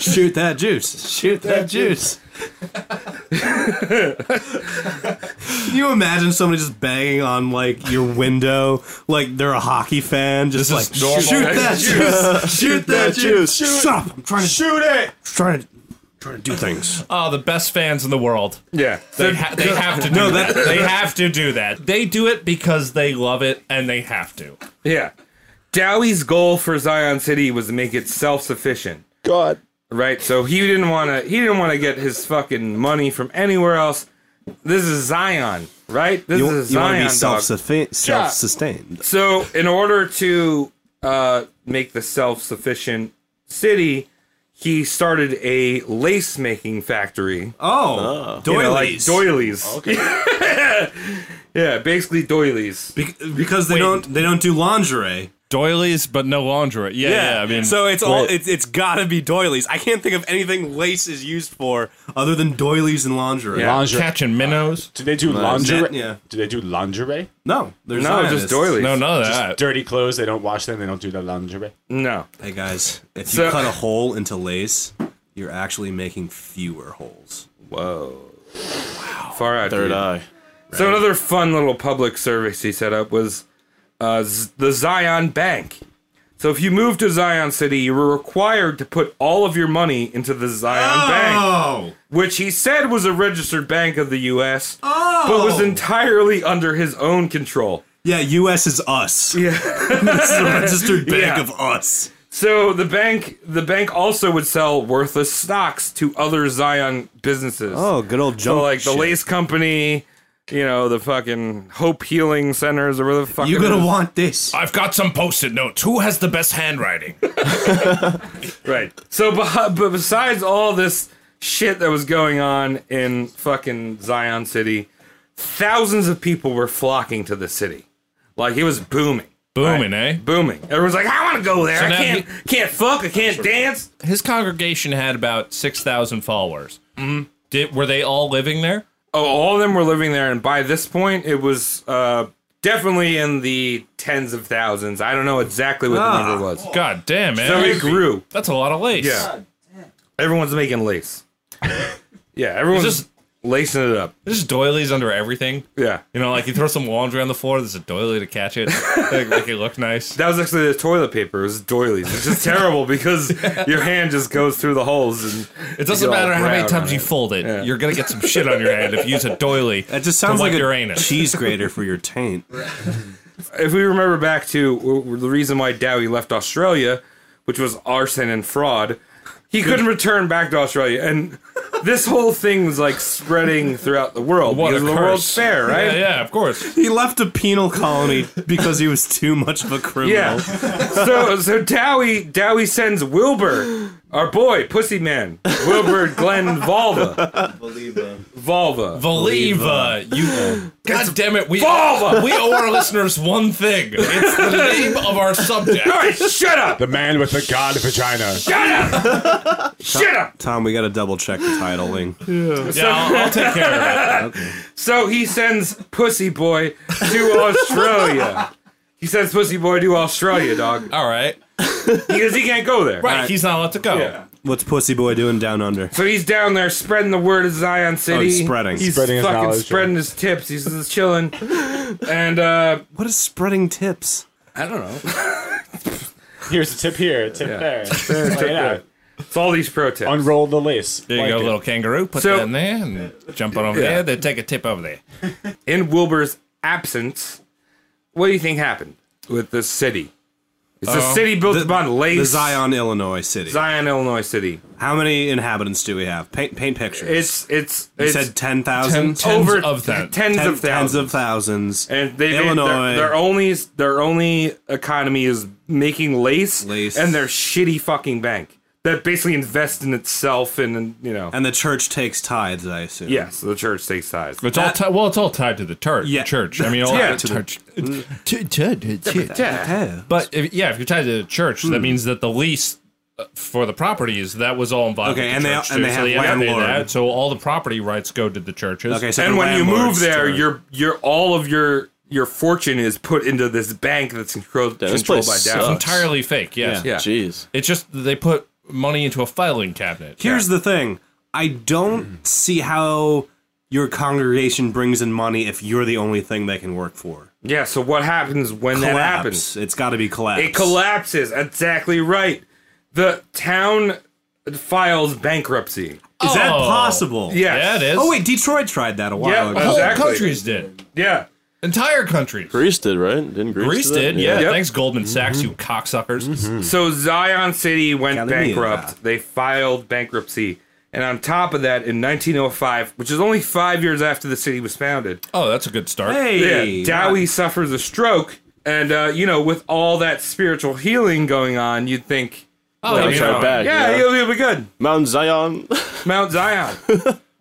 Shoot that juice. Shoot that juice. Can you imagine somebody just banging on like your window like they're a hockey fan just like is normal. shoot that juice. Shoot that juice. Shoot Shut up. I'm trying to Shoot it! trying to trying to do things. Oh, the best fans in the world. Yeah. They, ha- they have to do No, that. that- They have to do that. They do it because they love it and they have to. Yeah. Dowie's goal for Zion City was to make it self-sufficient. God. Right? So he didn't want to he didn't want to get his fucking money from anywhere else. This is Zion, right? This You, is you want Zion. to be dog. self-suffi- self-sustained. So, in order to uh, make the self sufficient city, he started a lace making factory. Oh, You doilies. know, like doilies. <laughs> yeah, basically doilies. Bec- because they don't they don't do lingerie. Doilies, but no lingerie. Yeah, yeah. I mean, so it's all it's, it's got to be doilies. I can't think of anything lace is used for other than doilies and lingerie. Yeah. Lingerie. catching minnows. do they do Net- lingerie? yeah. Do they do lingerie? No, there's No, just doilies. No, none of Just that. dirty clothes. They don't wash them. They don't do the lingerie. No. Hey guys, if you So- cut a hole into lace, you're actually making fewer holes. Whoa. Far out. Third dude. eye. So, another fun little public service he set up was uh, Z- the Zion Bank. So, if you moved to Zion City, you were required to put all of your money into the Zion Bank. Oh, which he said was a registered bank of the U.S., but was entirely under his own control. yeah, U.S. is us. Yeah, this is a registered bank Yeah. of us. So the bank, the bank also would sell worthless stocks to other Zion businesses. Oh, good old Joe. so like the Lace Company, you know, the fucking Hope Healing Centers or whatever the fuck. You're it gonna is. want this. I've got some post-it notes. Who has the best handwriting? right. So, beh- <laughs> but besides all this shit that was going on in fucking Zion City, thousands of people were flocking to the city. Like it was booming. <laughs> Booming, eh? booming. Everyone's like, I want to go there. I now can't, can't fuck. I can't dance. His congregation had about six thousand followers. Mm. Did were they all living there? Oh, all of them were living there, and by this point, it was uh, definitely in the tens of thousands. I don't know exactly what the number was. God damn, man. So it grew. That's a lot of lace. Yeah, everyone's making lace. yeah, everyone's It's just- just lacing it up. There's doilies under everything. Yeah, You know, like you throw some laundry on the floor, there's a doily to catch it, like, make it look nice. that was actually the toilet paper. It was doilies. It's just terrible because your hand just goes through the holes. And It doesn't you get all matter how many brown on times you it. fold it, you're gonna get some shit on your hand if you use a doily. That just sounds to wipe like a your anus. cheese grater for your taint. if we remember back to w- the reason why Dowie left Australia, which was arson and fraud, he couldn't return back to Australia, and this whole thing was like spreading throughout the world What because a the curse. World's Fair, Yeah, right? yeah, of <laughs> course. He left a penal colony because he was too much of a criminal. Yeah. so so Dowie Dowie sends Wilbur, our boy, Pussy Man, Wilbur Glenn Volva, Volva, uh, Valiva, you. uh, God damn it, we Volva. we owe our listeners one thing. It's the name of our subject. All right, shut up, The man with the god vagina. shut up, <laughs> shut up. Tom, we got to double check the titling. Yeah, I'll, I'll take care of it. So he sends Pussy Boy to Australia He sends Pussy Boy to Australia, <laughs> dog. All right. because he can't go there. Right, he's not allowed to go. Yeah. What's Pussy Boy doing down under? So he's down there spreading the word of Zion City. Oh, he's spreading. He's Spreading his fucking knowledge, spreading his tips. He's just chilling. And uh, What is spreading tips? I don't know. Here's a tip here, a tip there. Play it out. it's all these protests. Unroll the lace. There you Like go, it. little kangaroo. Put So- that in there and jump on over there. They take a tip over there. in Wilbur's absence, what do you think happened with the city? It's a city built upon lace. The Zion, Illinois city. Zion, Illinois city. How many inhabitants do we have? Paint paint pictures. It's it's you it's said ten thousand. Ten- tens over of them. tens Ten- of thousands. of thousands. and they Illinois. Their, their only their only economy is making lace, Lace. and their shitty fucking bank that basically invests in itself and, and you know and the church takes tithes, I assume. yes, the church takes sides. It's all ti- well, it's all tied to the tur- Yeah. church. I <laughs> mean, all Yeah. to the church. T- t- t- t- Yeah. But if, yeah, if you're tied to the church, Hmm. that means that the lease uh, for the properties that was all involved. Okay, with the and they- church, and too. they have so had to pay landlord. that, so all the property rights go to the churches. Okay, so and the when you move landlord's there, turn. your your all of your your fortune is put into this bank that's controlled, Yeah, this controlled by place Dow. sucks. entirely fake. Yes, Yeah. Yeah. Jeez. it's just that they put money into a filing cabinet. Here's the thing. I don't see how your congregation brings in money if you're the only thing they can work for. Yeah. So what happens when that happens? Collapse. It's got to be collapse. It collapses. Exactly right. The town files bankruptcy. Is that Oh. possible? Yes. Yeah, it is. Oh wait, Detroit tried that a while Yeah, ago. whole exactly. countries did. Yeah. Entire countries. Greece did, right? Didn't Greece? Greece do that? did. Yeah. Yep. Thanks, Goldman Mm-hmm. Sachs, you cocksuckers. So Zion City went Calimera. bankrupt. They filed bankruptcy. And on top of that, in 1905, which is only five years after the city was founded, Oh, that's a good start. Hey, yeah, Dowie suffers a stroke. And, uh, you know, with all that spiritual healing going on, you'd think, Oh, That you was know. our bag. yeah, Yeah. he'll, he'll be good. Mount Zion. Mount Zion.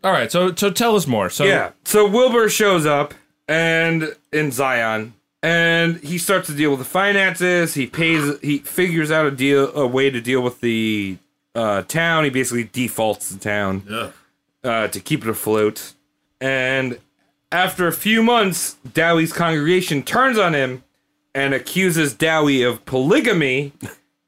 All right. So, so tell us more. So, yeah. So Wilbur shows up and in Zion and he starts to deal with the finances. He pays he figures out a deal a way to deal with the uh, town. He basically defaults the town uh, to keep it afloat. And after a few months, Dowie's congregation turns on him and accuses Dowie of polygamy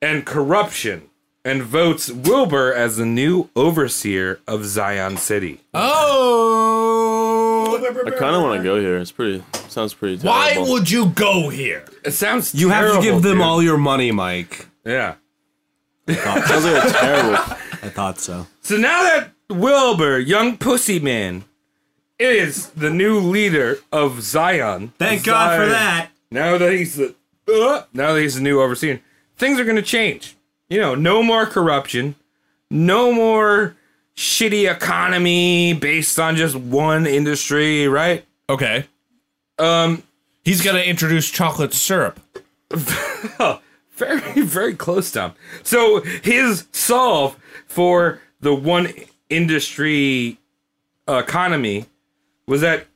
and corruption and votes Wilbur as the new overseer of Zion City. oh, I kind of want to go here. It's pretty. Sounds pretty. why terrible. would you go here? It sounds you have to terrible, give them dude. all your money, Mike. Yeah. Sounds like a terrible. I thought so. So now that Wilbur, young pussy man, is the new leader of Zion. Thank God for Zion- that. Now that he's the uh, now that he's the new overseer, things are going to change. You know, no more corruption, no more shitty economy based on just one industry, right? Okay. Um, he's gonna introduce chocolate syrup. Very, <laughs> very close, Tom. So his solve for the one industry economy was that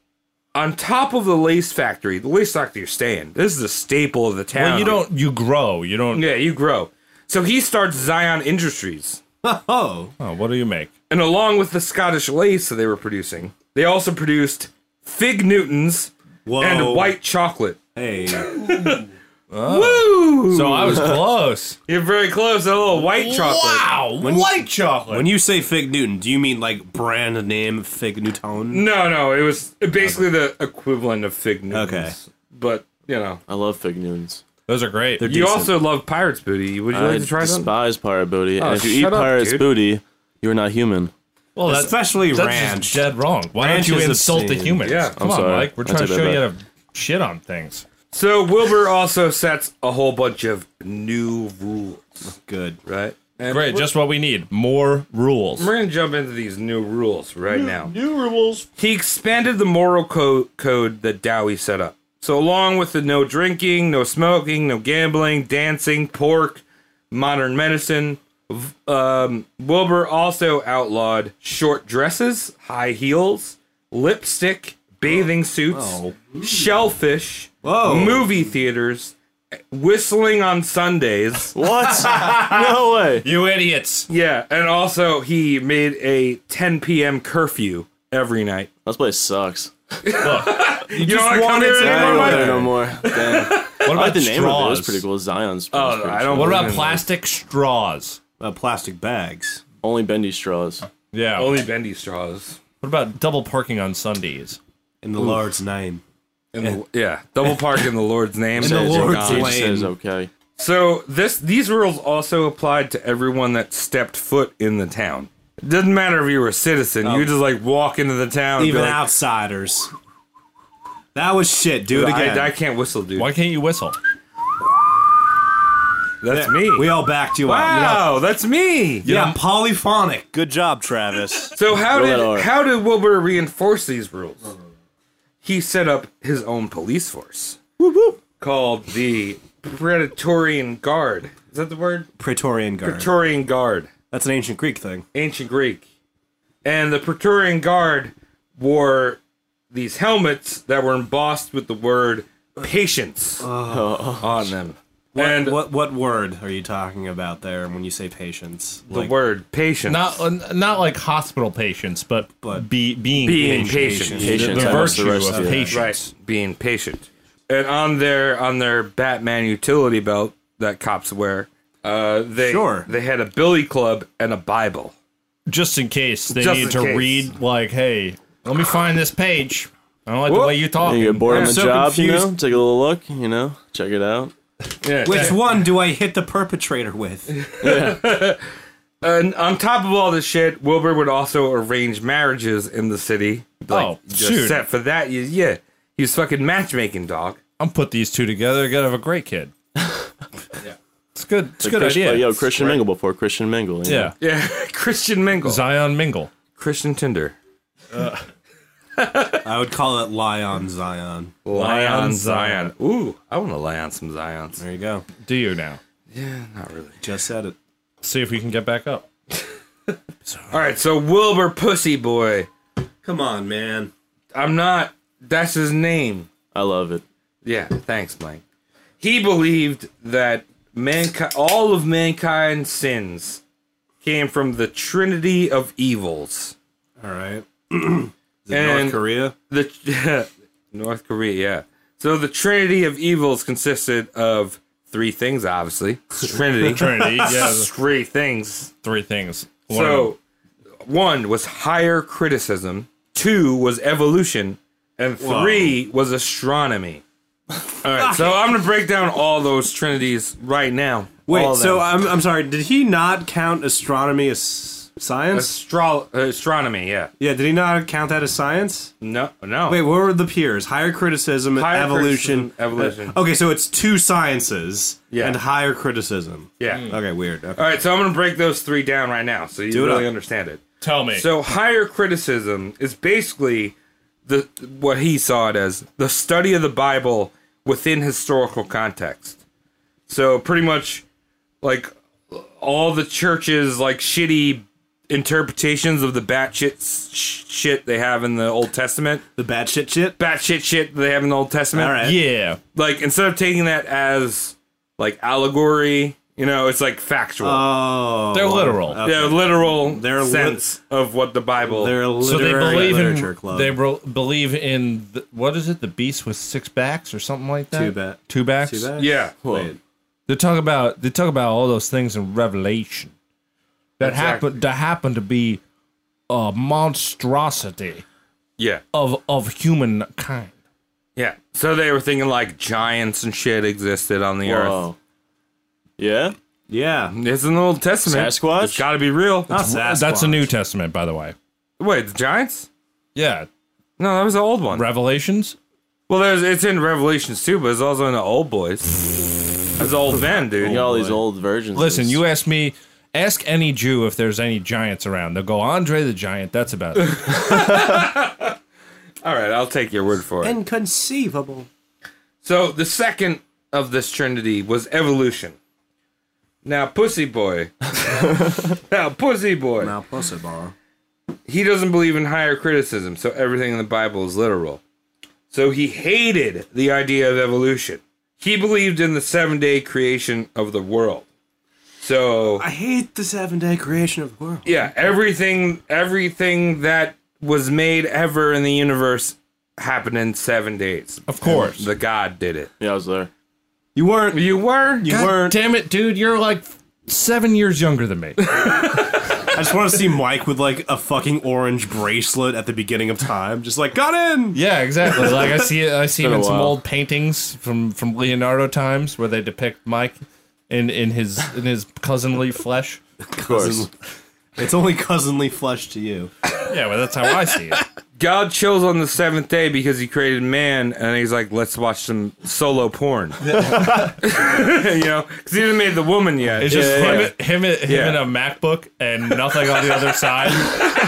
on top of the lace factory, the lace factory is staying. This is a staple of the town. Well, you don't. You grow. You don't. Yeah, you grow. So he starts Zion Industries, Oh, Oh, what do you make? and along with the Scottish lace that they were producing, they also produced fig Newtons whoa! and white chocolate. Hey, Woo! So I <laughs> was close. You're very close. A little white chocolate. Wow, white chocolate. when you say Fig Newton, do you mean like brand name Fig Newton? No, no, it was basically the equivalent of fig Newtons. Okay. but you know, I love fig Newtons. Those are great. They're you decent. also love pirates booty. Would you I like to try some? despise pirate booty. and if you eat shut up, pirate's dude. booty, you are not human. Well, that- especially that's ranch. Just dead wrong. Why Ranch don't you is insult the obscene. humans? Yeah. come I'm on, sorry. Mike. We're I trying to take show that you how back. to shit on things. So Wilbur also sets a whole bunch of new rules, good. right? And Great, just what we need. More rules. We're gonna jump into these new rules right now. New rules. He expanded the moral co- code that Dowie set up. So along with the no drinking, no smoking, no gambling, dancing, pork, modern medicine, v- um, Wilbur also outlawed short dresses, high heels, lipstick, bathing suits, shellfish, Whoa. movie theaters, whistling on Sundays. What? no way. You idiots. Yeah, and also he made a 10 p.m. curfew every night. This place sucks. You, don't wanted wanna come here to I anymore, don't go want Mike? <laughs> there no more. Damn. What I like about the name of it. It was straws? pretty cool. Zion's. Oh, was pretty I cool. don't. What about believe in plastic straws? Uh, plastic bags. Only bendy straws. Yeah. that. Only bendy straws. Oh, What about double parking on Sundays? In the Lord's name. In the, yeah, double park in the Lord's name. In the Says, Lord's God, lane. says okay. So this these rules also applied to everyone that stepped foot in the town. It doesn't matter if you were a citizen. you just like walk into the town. and be Oh. Even like, outsiders. That was shit. Do it again. I, I can't whistle, dude. Why can't you whistle? That's me. We all backed you up. You know, wow, that's me. yeah, polyphonic. Good job, Travis. <laughs> So how Roll that R. did how did Wilbur reinforce these rules? He set up his own police force called the Pretorian Guard. Is that the word? Praetorian Guard. Praetorian Guard, That's an ancient Greek thing. ancient Greek, and the Praetorian Guard wore these helmets that were embossed with the word patience on them, and Oh. what what word are you talking about there when you say patience? the word patience. Not uh, not like hospital patients, but, But- be, being, Being patient. The- Patience, The, I lost the virtue rest of of that. patience. right being patient and on their on their batman utility belt that cops wear uh they Sure. they had a billy club and a bible Just in case they Just need in to case. read, like, hey, let me find this page. I don't like the Whoop. way you talk. You get bored on I'm the so job, you know. confused. Take a little look, you know. Check it out. yeah. Which one do I hit the perpetrator <laughs> with? and on top of all this shit wilbur would also arrange marriages in the city Oh, just shoot. set for that you, yeah he was fucking matchmaking dog <laughs> I'm put these two together. Gotta have a great kid. It's good. It's a good Christian, oh, idea. Yo, Christian Mingle before Christian Mingle. you know. yeah. yeah christian mingle Zion Mingle. christian tinder I would call it lie on Zion. lion zion ooh i want to lie on some zions There you go. Do you now? not really Just said it. See if we can get back up. all right so wilbur pussy boy Come on, man. i'm not that's his name I love it. Yeah, thanks, Mike. He believed that mankind, all of mankind's sins came from the trinity of evils. All right. Is it And- North Korea? The <laughs> North Korea, yeah. So the trinity of evils consisted of three things, obviously. <laughs> Trinity. Trinity. Yeah. three things. Three things. One of them. So one was higher criticism, two was evolution, and three was astronomy. All right, so I'm gonna break down all those trinities right now. All Wait, of so uh, them. I'm, I'm sorry. Did he not count astronomy as science? Astro- uh, astronomy, yeah. Yeah, did he not count that as science? No, no. Wait, what were the peers? Higher criticism, Higher evolution, criticism, evolution. uh, okay, so it's two sciences Yeah. and higher criticism. yeah. hmm. Okay, weird. Okay. All right, so I'm gonna break those three down right now, so you Do it really up. understand it. tell me. So higher criticism is basically the what he saw it as the study of the Bible within historical context. So pretty much like all the churches like shitty interpretations of the batshit s- sh- shit they have in the Old Testament, The bad shit shit. batshit shit they have in the Old Testament. All right. yeah. Like instead of taking that as like allegory, you know, it's like factual. Oh, They're literal. yeah, literal They're lit- sense of what the Bible. They're a so they literary believe literature in club. they bro- believe in the, what is it? The beast with six backs or something like that. Two ba- Two backs. See that? yeah. Wait. They talk about they talk about all those things in Revelation that Exactly. happen that happen to be a monstrosity Yeah. of of humankind. Yeah. So they were thinking like giants and shit existed on the earth. Whoa. Yeah. Yeah. It's in the Old Testament. Sasquatch? It's got to be real. Not Sasquatch. That's a New Testament, by the way. Wait, the giants? Yeah, No, that was the old one. Revelations. well, there's it's in Revelations too, but it's also in the Old Boys. It's old men, dude. You got all these old versions. of Listen, this. you ask me, ask any Jew if there's any giants around. They'll go Andre the Giant. That's about it. All right, I'll take your word for it. Inconceivable. So the second of this trinity was evolution. Now, <laughs> Pussy Boy. now, Pussy Boy. Now plus a bar. he doesn't believe in higher criticism, so everything in the Bible is literal. So he hated the idea of evolution. He believed in the seven day creation of the world. So I hate the seven day creation of the world. yeah, everything everything that was made ever in the universe happened in seven days. Of course. The God did it. Yeah, I was there. You weren't. You were. You weren't. Damn it, dude, you're like seven years younger than me. I just want to see Mike with like a fucking orange bracelet at the beginning of time, just like got in. yeah, <laughs> exactly. Like I see, I see him Been a in some while. old paintings from from Leonardo times where they depict Mike in in his in his cousinly flesh. Of course. It's only cousinly flesh to you. Yeah, well, that's how I see it. God chills on the seventh day because he created man, and he's like, let's watch some solo porn. <laughs> you know, because he didn't made the woman yet. It's just Yeah, him, yeah. him, him Yeah. in a MacBook and nothing on the other <laughs> side.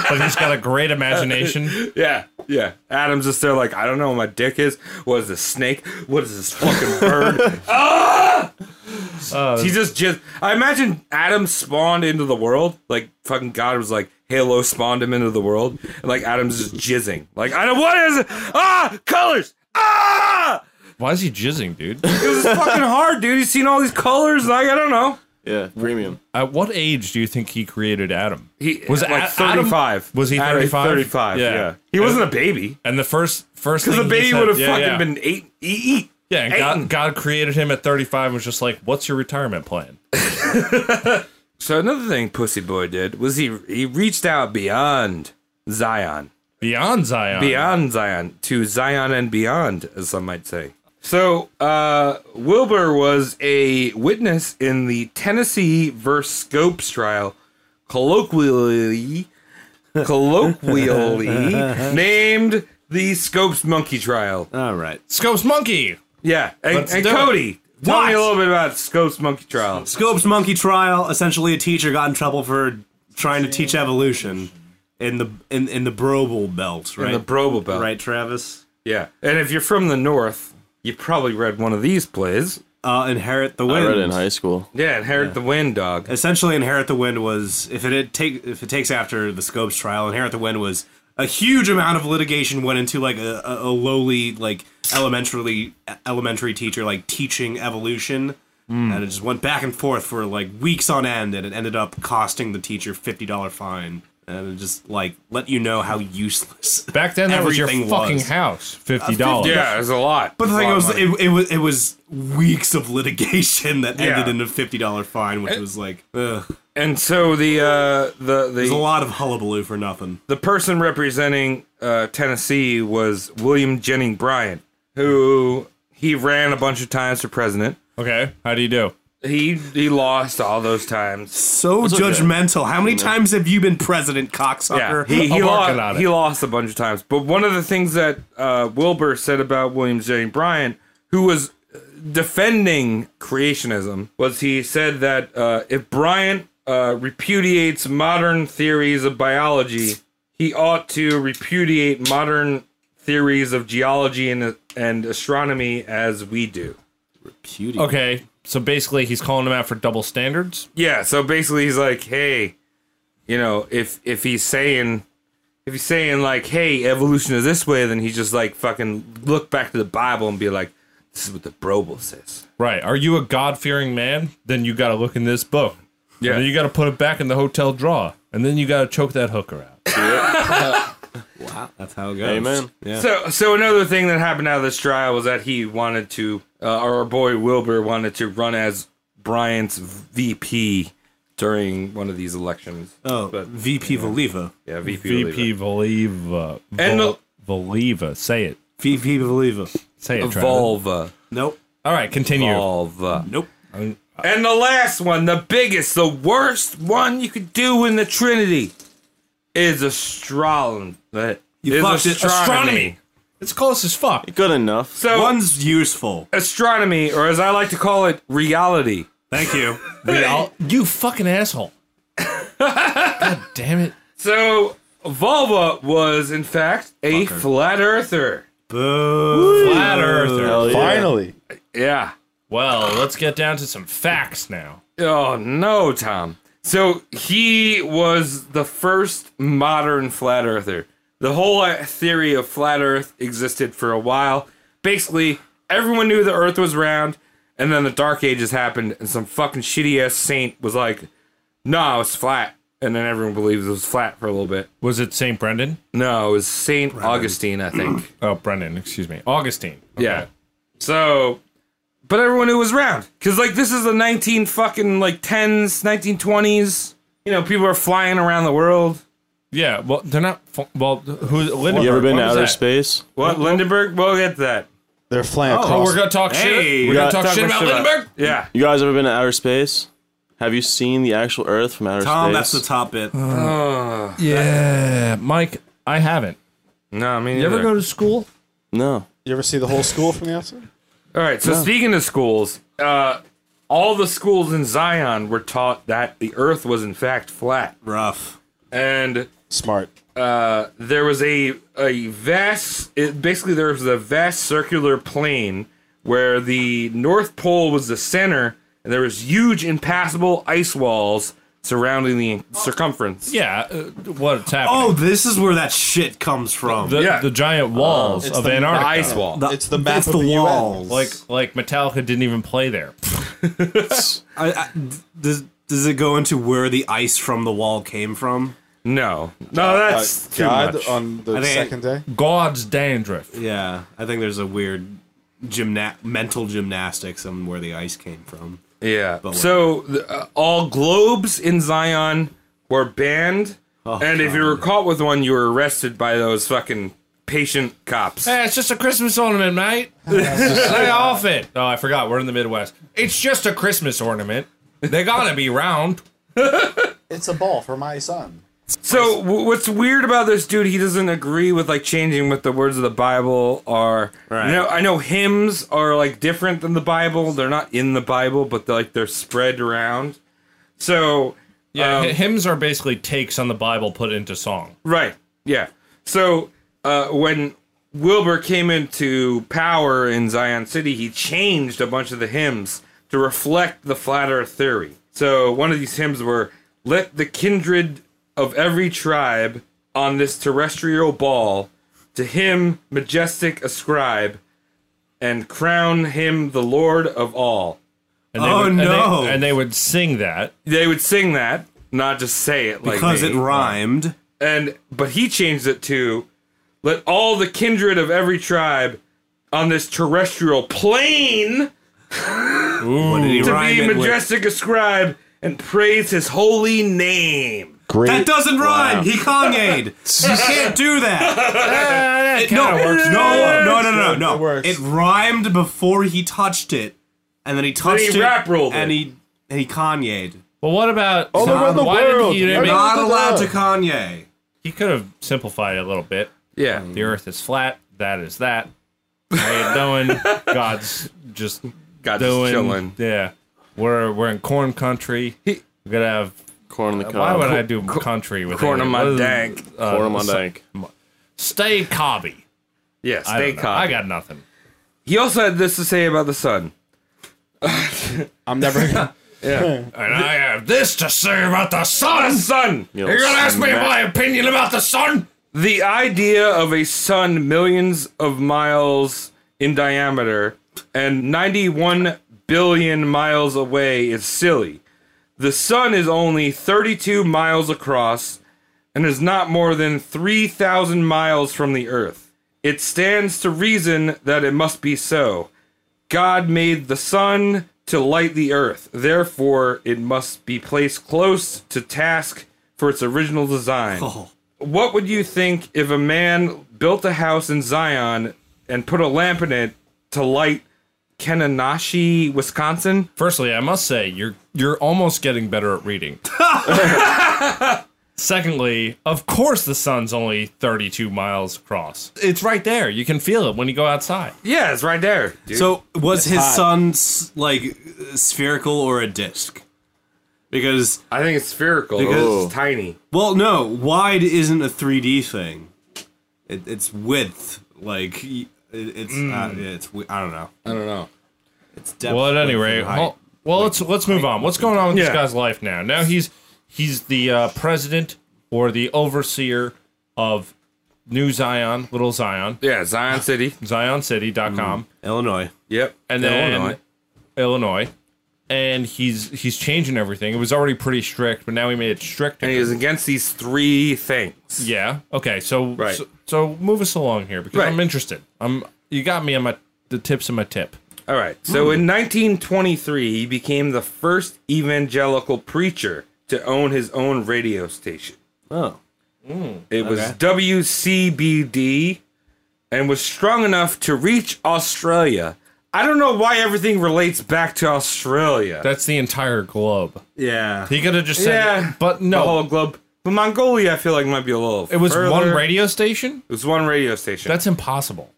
But he's got a great imagination. Yeah, yeah. Adam's just there, like, I don't know what my dick is. What is this snake? What is this fucking bird? ah! he just, just. I imagine Adam spawned into the world. Like, fucking God was like, Halo spawned him into the world. And, like, Adam's just jizzing. Like, I don't, what is it? Ah! Colors! Ah! Why is he jizzing, dude? It was fucking hard, dude. He's seen all these colors. Like, I don't know. Yeah, premium. At what age do you think he created Adam? He Was like A- 35. Adam- was he Adam is 35? 35, Yeah. yeah. He wasn't a baby. And the first first Because thing the he baby said- would have yeah, fucking yeah. been eight, eat, eat. Yeah, and God, Eight. God created him at 35 and was just like, what's your retirement plan? So another thing Pussy Boy did was he he reached out beyond Zion, Beyond Zion. beyond Zion to Zion and beyond, as some might say. So uh, Wilbur was a witness in the Tennessee versus Scopes trial, <laughs> colloquially colloquially named the Scopes Monkey Trial. All right. Scopes Monkey. Yeah, and, Let's and do it. Cody, tell me What? a little bit about Scopes Monkey Trial. Scope's monkey trial. Essentially, a teacher got in trouble for trying to teach evolution in the in, in the Brobel Belt, right? In the Brobel Belt. right, Travis. Yeah. And if you're from the north, you probably read one of these plays. Uh, inherit the wind. I read it in high school. Yeah, Inherit the Wind, dog. essentially inherit the wind was if it had take if it takes after the scopes trial inherit the wind was a huge amount of litigation went into like a, a, a lowly like elementary elementary teacher like teaching evolution and it just went back and forth for like weeks on end and it ended up costing the teacher $50 fine and it just like let you know how useless Back then, that was your Everything fucking was. house. $50. Yeah, it's a lot. but It's the a thing lot was, of money. it, it was it was weeks of litigation that Yeah. ended in a fifty dollar fine, which was like, ugh. and so the uh, the there's a the, lot of hullabaloo for nothing. the person representing uh, Tennessee was William Jennings Bryant, who he ran a bunch of times for president. Okay, how do you do? He he lost all those times. so judgmental. How many times have you been president, Yeah, cocksucker? he he I'm working on lost, it. he lost a bunch of times. But one of the things that uh, Wilbur said about William Jennings Bryan, who was uh, defending creationism, was he said that uh, if Bryant uh, repudiates modern theories of biology, he ought to repudiate modern theories of geology and and astronomy as we do. Okay, so basically, he's calling him out for double standards. Yeah, so basically he's like, hey, you know, if if he's saying if he's saying like, hey, evolution is this way, then he just like fucking look back to the Bible and be like, this is what the Brobel says. Right. Are you a God fearing man? Then you got to look in this book. Yeah. And then you got to put it back in the hotel drawer. And then you got to choke that hooker out. That's how it goes. Amen. Yeah. So so another thing that happened out of this trial was that he wanted to, uh, our boy Wilbur wanted to run as Bryant's VP during one of these elections. Oh, But- VP Valiva. Yeah, VP. VP Voliva. And Vol- the- Voliva. Say it. VP Valiva. Say it, Travis. Volva. Nope. All right, continue. Volva. Nope. And the last one, the biggest, the worst one you could do in the Trinity is astrology. You is fucked it. Astronomy. It's close as fuck. Good enough. So One's useful. astronomy, or as I like to call it, reality. <laughs> Thank you. Real- you fucking <laughs> asshole. God damn it. So Volva was in fact a flat earther. Boo. Flat earther. Hell yeah. Finally. Yeah. Well, let's get down to some facts now. Oh no, Tom. So he was the first modern flat earther. The whole uh, theory of flat Earth existed for a while. Basically, everyone knew the Earth was round, and then the Dark Ages happened, and some fucking shitty ass saint was like, "No, it's flat," and then everyone believed it was flat for a little bit. Was it St. Brendan? No, it was Saint Augustine, I think. Oh, Brendan, excuse me. Augustine. Yeah. So but everyone who was around, because like this is the nineteen fucking like tens, nineteen twenties. You know, people are flying around the world. Yeah, well, they're not. fu- Well, who? Lindenberg, You ever been what to was outer that? space? What Lindenberg? We'll get to that. They're flying Oh, across. we're gonna talk Hey, shit. We're we gonna got- talk, shit about Lindenberg. Yeah. You guys ever been to outer space? Have you seen the actual Earth from outer Tom, space? that's the top bit. Yeah, Mike, I haven't. No, I mean, You ever go to school? No. you ever see the whole school from the outside? All right. So speaking of schools, uh, all the schools in Zion were taught that the Earth was in fact flat, Rough. and Smart. uh, there was a a vast. It, basically, there was a vast circular plane where the North Pole was the center, and there was huge impassable ice walls surrounding the circumference. Yeah, uh, what's happening? Oh, this is where that shit comes from. the, yeah. the giant walls It's of the- the Antarctica. The ice wall. The- It's the map It's of the, the UN. walls. Like, like Metallica didn't even play there. I, I, d- does does it go into where the ice from the wall came from? no, no, Uh, that's too God much. on the I think- second day. God's dandruff. Yeah, I think there's a weird gymna- mental gymnastics on where the ice came from. Yeah. But so the, uh, all globes in Zion were banned, Oh, and if you were caught with one, you were arrested by those fucking patient cops. Hey, it's just a Christmas ornament, mate. Lay off it. Oh, I forgot. We're in the Midwest. It's just a Christmas ornament. They gotta be round. It's a ball for my son. So w- what's weird about this dude? He doesn't agree with like changing what the words of the Bible are. Right. You know, I know hymns are like different than the Bible. They're not in the Bible, but they're, like they're spread around. So Yeah, um, hy- hymns are basically takes on the Bible put into song. Right. Yeah. So uh, when Wilbur came into power in Zion City, he changed a bunch of the hymns to reflect the flat Earth theory. So one of these hymns were "Let the kindred of every tribe on this terrestrial ball to him majestic ascribe, and crown him the Lord of all." And they Oh, would, and they- no. And they, would sing that. They would sing that, not just say it like Because me. it rhymed. and but he changed it to let all the kindred of every tribe on this terrestrial plane What did he to rhyme be it with? majestic ascribe and praise his holy name. Great. That doesn't rhyme. He Kanye'd. you can't do that. It No, kinda works. no, no, no, no, no. It works. It rhymed before he touched it, and then he touched he it, rap rolled and it. he and he Kanye'd. But what about All around the why world. Did he, I make- know. Not allowed to Kanye. he could have simplified it a little bit. Yeah. The Earth is flat. That is that. How you doing? God's just God's just doing. chilling. Yeah, we're we're in corn country. He- We're gonna have. Corn on the Why cob. would I do country with Corn it? on What my is- dank. Corn on my dank. Stay cobby. Yeah, I, stay don't know. I calm. got nothing. He also had this to say about the sun. I'm never. And I have this to say about the sun. Sun! You know, You're gonna ask me smack- my opinion about the sun? The idea of a sun millions of miles in diameter and 91 billion miles away is silly. The sun is only 32 miles across and is not more than 3,000 miles from the earth. It stands to reason that it must be so. God made the sun to light the earth, therefore, it must be placed close to task for its original design what would you think if a man built a house in Zion and put a lamp in it to light Kenanashi, Wisconsin? Firstly, I must say you're you're almost getting better at <laughs> reading. Secondly, of course the sun's only 32 miles across. It's right there. You can feel it when you go outside. Yeah, it's right there. dude. So was his sun s- like uh, spherical or a disc? Because I think it's spherical Oh. Because- because it's tiny. well, no, wide isn't a 3D thing. It, it's width. Like y- it, it's uh, yeah, it's wi- I don't know. I don't know. It's depth. Well, at any width, rate, and height. well, well, let's let's move on. What's going on with this Yeah. guy's life now? Now he's he's the uh, president or the overseer of New Zion, Little Zion, Yeah, Zion City. ZionCity.com, Illinois. Yep. and then Illinois. Illinois. And he's he's changing everything. It was already pretty strict, but now he made it stricter. And he is against these three things. Yeah. Okay. So Right. so, so move us along here because Right. I'm interested. I'm you got me on my the tips of my tip. All right. So in 1923, he became the first evangelical preacher to own his own radio station. Oh. It was WCBD and was strong enough to reach Australia. I don't know why everything relates back to Australia. That's the entire globe. Yeah. He could have just said, Yeah. but the whole no, globe. But Mongolia, I feel like might be a little. it was one further. radio station. It was one radio station. That's impossible.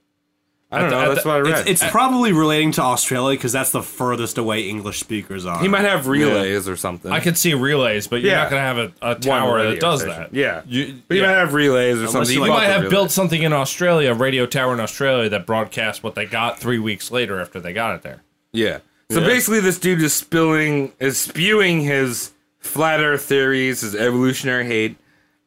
I don't at the- know. at that's the- what I read. It's, it's probably relating to Australia because that's the furthest away English speakers are. he might have relays or something. I could see relays, but you're Yeah. not going to have a, a One tower radio that does station. that. Yeah, You- but you might have relays or something. you You Like might bought the have relay. built something in Australia, a radio tower in Australia that broadcast what they got three weeks later after they got it there. Yeah. So basically, this dude is spilling, is spewing his flat Earth theories, his evolutionary hate,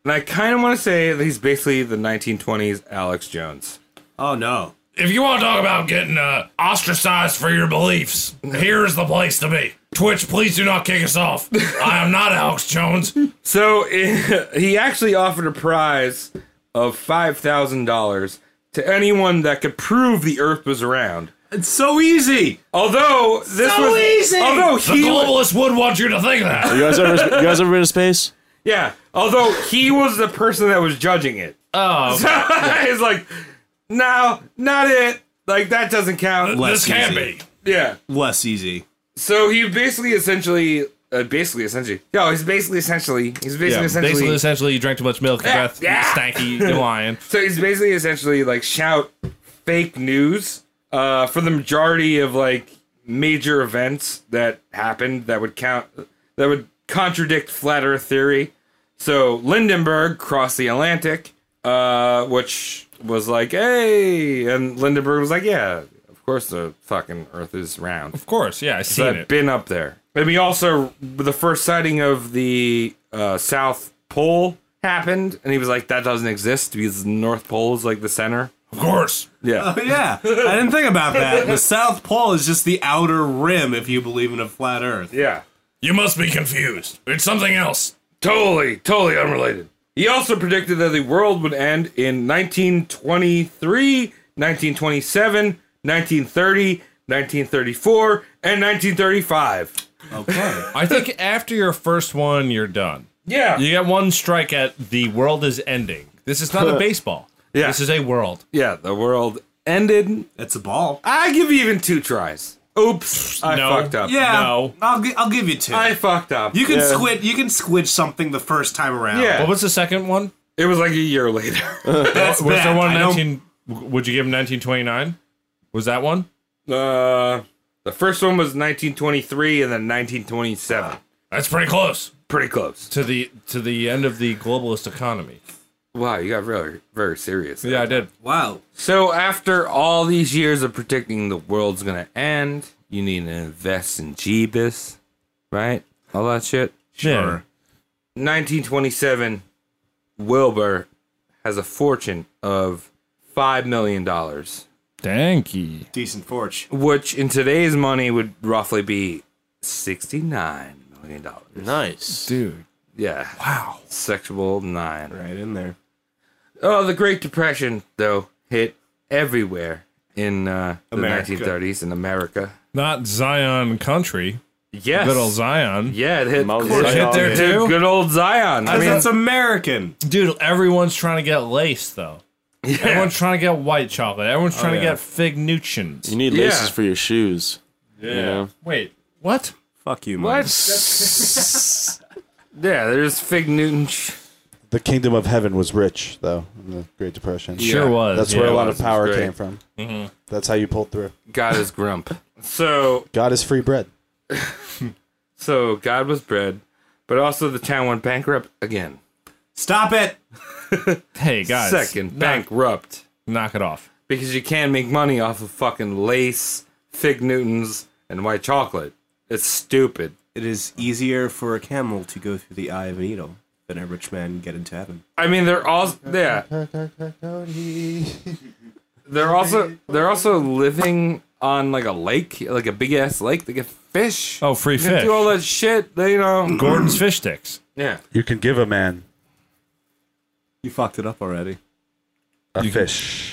and I kind of want to say that he's basically the 1920s Alex Jones. oh no. If you want to talk about getting uh, ostracized for your beliefs, here is the place to be. Twitch, please do not kick us off. I am not Alex <laughs> Jones. So <laughs> he actually offered a prize of five thousand dollars to anyone that could prove the Earth was round. It's so easy. Although this So was, easy! although The he, was, globalists would want you to think that. You guys ever you guys ever been to space? yeah, although he was the person that was judging it. Oh, So <laughs> he's like, no, not it. Like that doesn't count. this Less can't easy. be. Yeah. Less easy. So he basically, essentially, uh, basically, essentially, no, he's basically, essentially, he's basically, essentially, Basically, essentially, you drank too much milk, your Yeah, breath yeah. stanky, <laughs> you're lying. so he's basically, essentially, like shout fake news uh, for the majority of like major events that happened that would count that would contradict flat Earth theory. So Lindenberg crossed the Atlantic, uh, which was like, hey, and Lindenberg was like, yeah, of course the fucking Earth is round. Of course, yeah, I seen I've it. been up there. And we also the first sighting of the uh, South Pole happened, and he was like, "That doesn't exist because the North Pole is like the center." Of course. Yeah, But Oh, yeah, I didn't think about that. <laughs> The South Pole is just the outer rim if you believe in a flat Earth. yeah, You must be confused. It's something else. totally, totally unrelated. He also predicted that the world would end in 1923, 1927, 1930, 1934, and 1935. Okay. I <laughs> think after your first one, you're done. Yeah, You get one strike at the world is ending. This is not a baseball. Yeah. This is a world. yeah. The world ended. It's a ball. I give you even two tries. Oops, I No. fucked up. Yeah. No. I'll, gi- I'll give you two. I fucked up. you can Yeah. squid you can squidge something the first time around. Yeah. What was the second one? It was like a year <laughs> later. That's Was bad. there one I don't- 19? w- Would you give him 1929? Was that one? uh, the first one was 1923 and then 1927. That's pretty close Pretty close. to the to the end of the globalist economy. Wow, you got very, very serious. there. Yeah, I did. Wow. So after all these years of predicting the world's gonna end, you need to invest in Jeebus, right? All that shit. Sure. 1927, Wilbur has a fortune of five million dollars, Thank you. <laughs> Decent forge. which in today's money would roughly be 69 million dollars. Nice. Dude. Yeah. Wow. Sexual nine. Right in there. Oh, the Great Depression though hit everywhere in uh, the America. 1930s in America. Not Zion country. Yes. Good old Zion. Yeah, it hit. Mount it hit Zion. there, too. Good old Zion. I Because mean, that's American. Dude, everyone's trying to get laced though. Everyone's trying to get white chocolate. Everyone's trying to yeah. get fig Newtons. You need Yeah. laces for your shoes. Yeah. Wait, what? Fuck you, what? man. <laughs> yeah, there's Fig Newton. The kingdom of heaven was rich, though, in the Great Depression. Sure was. That's yeah. where a lot was. of power It's great. came from. Mm-hmm. That's how you pulled through. God <laughs> is grump. So, God is free bread. so God was bread, but also the town went bankrupt again. Stop it. Hey guys, Second, knock- bankrupt knock it off. because you can't make money off of fucking lace, Fig Newtons, and white chocolate. It's stupid. It is easier for a camel to go through the eye of a needle than a rich man get into heaven. I mean, they're all yeah. They're also they're also living on like a lake, like a big ass lake. They get fish. Oh, free they fish. do all that shit. They you know. Gordon's fish sticks. Yeah. You can give a man You fucked it up already. a fish.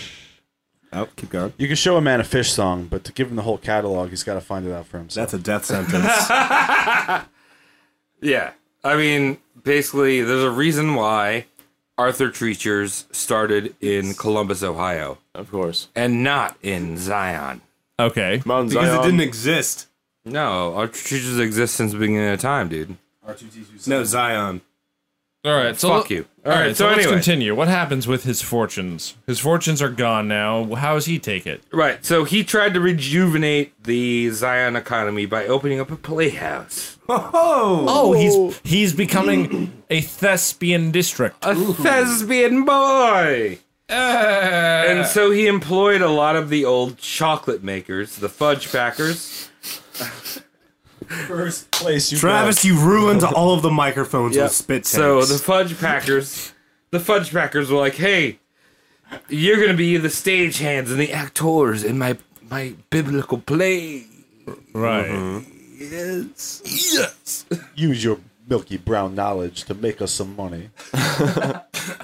Oh, keep going. You can show a man a fish song, but to give him the whole catalog, he's got to find it out for himself. That's a <laughs> death sentence. Yeah. I mean, basically, there's a reason why Arthur Treacher's started in Columbus, Ohio. Of course. And not in Zion. Okay. Mount because it Zion. didn't exist. No, Arthur Treacher's exists since the beginning of time, dude. No, Zion. All right, so Fuck you. All right, Alright, so, so let's anyway. continue. What happens with his fortunes? His fortunes are gone now. How does he take it? Right, so he tried to rejuvenate the Zion economy by opening up a playhouse. Oh, he's he's becoming a thespian district. A thespian boy! And so he employed a lot of the old chocolate makers, the fudge packers. First place you Travis, you ruined all of the microphones with spit takes. So the Fudge Packers, the Fudge Packers were like, "Hey, you're gonna be the stage hands and the actors in my my biblical play." Right. Yes, yes. use your milky brown knowledge to make us some money.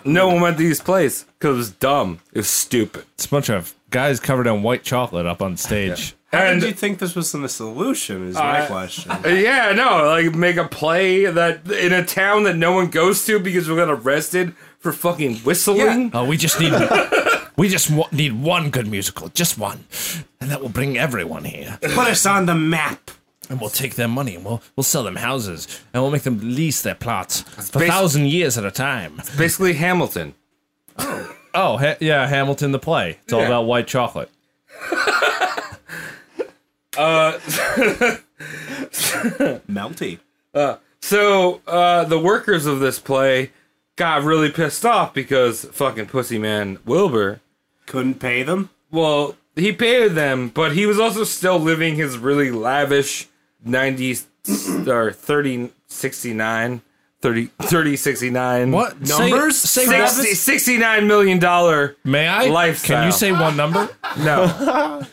No one went to these plays because it was dumb. It was stupid. It's a bunch of guys covered in white chocolate up on stage. How and- did you think this was in the solution? Is my <laughs> question. Uh, Yeah, no, like make a play that in a town that no one goes to because we got arrested for fucking whistling. Oh, we just need we just wa- need one good musical, just one, and that will bring everyone here, Put us on the map. and we'll take their money, and we'll we'll sell them houses, and we'll make them lease their plots for basi- thousand years at a time. Basically, Hamilton. Oh, ha- yeah, Hamilton the play. It's all Yeah. about white chocolate. Melty. So uh, the workers of this play got really pissed off because fucking pussy man Wilbur. Couldn't pay them. Well, he paid them, but he was also still living his really lavish 90 or 30 69 30 30 69 What Say- Numbers? Say, 60, what? 69 million dollar May I? Can Lifestyle. you say one number? no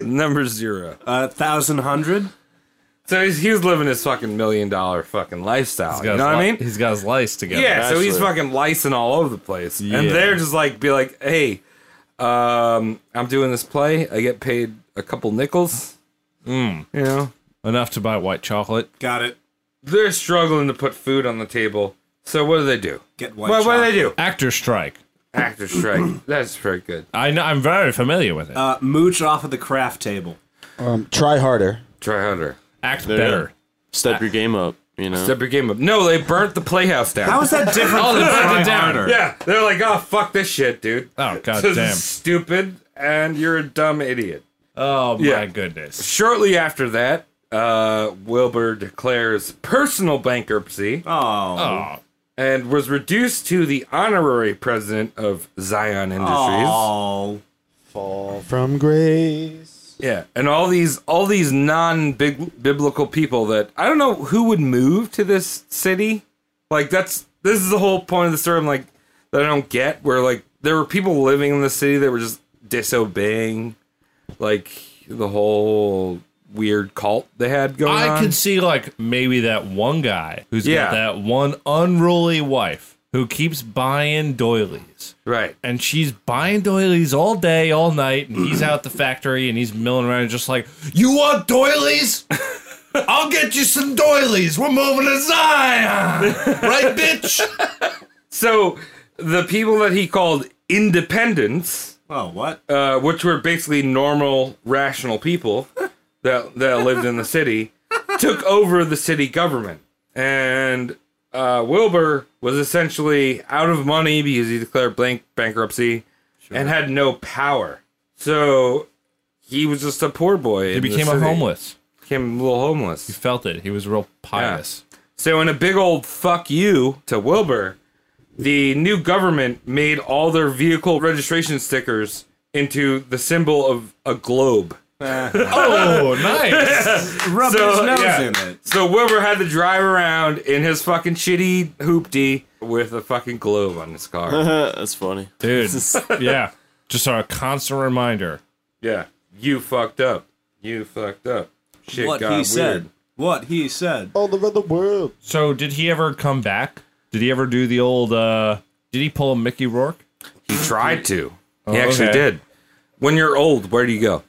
number zero Uh, thousand hundred. so he's, he was living his fucking million dollar fucking lifestyle <laughs> you know what i mean He's got his lice together. Yeah, so he's Bachelor. fucking licensing all over the place. And Yeah. they're just like, be like, hey, um, I'm doing this play. I get paid a couple nickels. Hmm. You know, Enough to buy white chocolate. Got it. they're struggling to put food on the table. So what do they do? Get white. Well, what do they chocolate. do? Actor strike. Actor strike. <clears throat> That's very good. I know, I'm very familiar with it. Uh, mooch off of the craft table. Um, try harder. Try harder. Act There you go. better. Step your game up, you know. Step your game up. No, they burnt the playhouse down. How is <laughs> <laughs> that different from burnt try Oh, it down. harder? yeah, they're like, oh fuck this shit, dude. <laughs> Oh god this damn. is stupid, and you're a dumb idiot. Oh my Yeah. goodness. Shortly after that, uh, Wilbur declares personal bankruptcy. Oh. Oh. and was reduced to the honorary president of Zion Industries. Oh. Fall from grace. Yeah, and all these all these non big biblical people that I don't know who would move to this city. Like that's this is the whole point of the story. I'm like that I don't get where like there were people living in the city that were just disobeying, like the whole weird cult they had going on. I could see like maybe that one guy who's Yeah. got that one unruly wife who keeps buying doilies. right. And she's buying doilies all day, all night, and <clears throat> he's out the factory and he's milling around just like, You want doilies? I'll get you some doilies. We're moving to <laughs> Zion. Right, bitch? So the people that he called independents Oh, what? uh, which were basically normal, rational people that that lived in the city, took over the city government, and uh, Wilbur was essentially out of money because he declared blank bankruptcy and had no power. So he was just a poor boy. He became a homeless. Became a little homeless. He felt it. He was real pious. So, in a big old fuck you to Wilbur, the new government made all their vehicle registration stickers into the symbol of a globe. <laughs> Oh, nice. Rub his So, nose yeah. in it. So, Wilbur had to drive around in his fucking shitty hoopty with a fucking globe on his car. Uh-huh. That's funny. Dude. Yeah. Just a constant reminder. yeah. You fucked up. You fucked up. Shit what got he weird. said. What he said. All over the world. So did he ever come back? Did he ever do the old uh did he pull a Mickey Rourke? He tried to. He Oh, actually okay. did. When you're old, where do you go?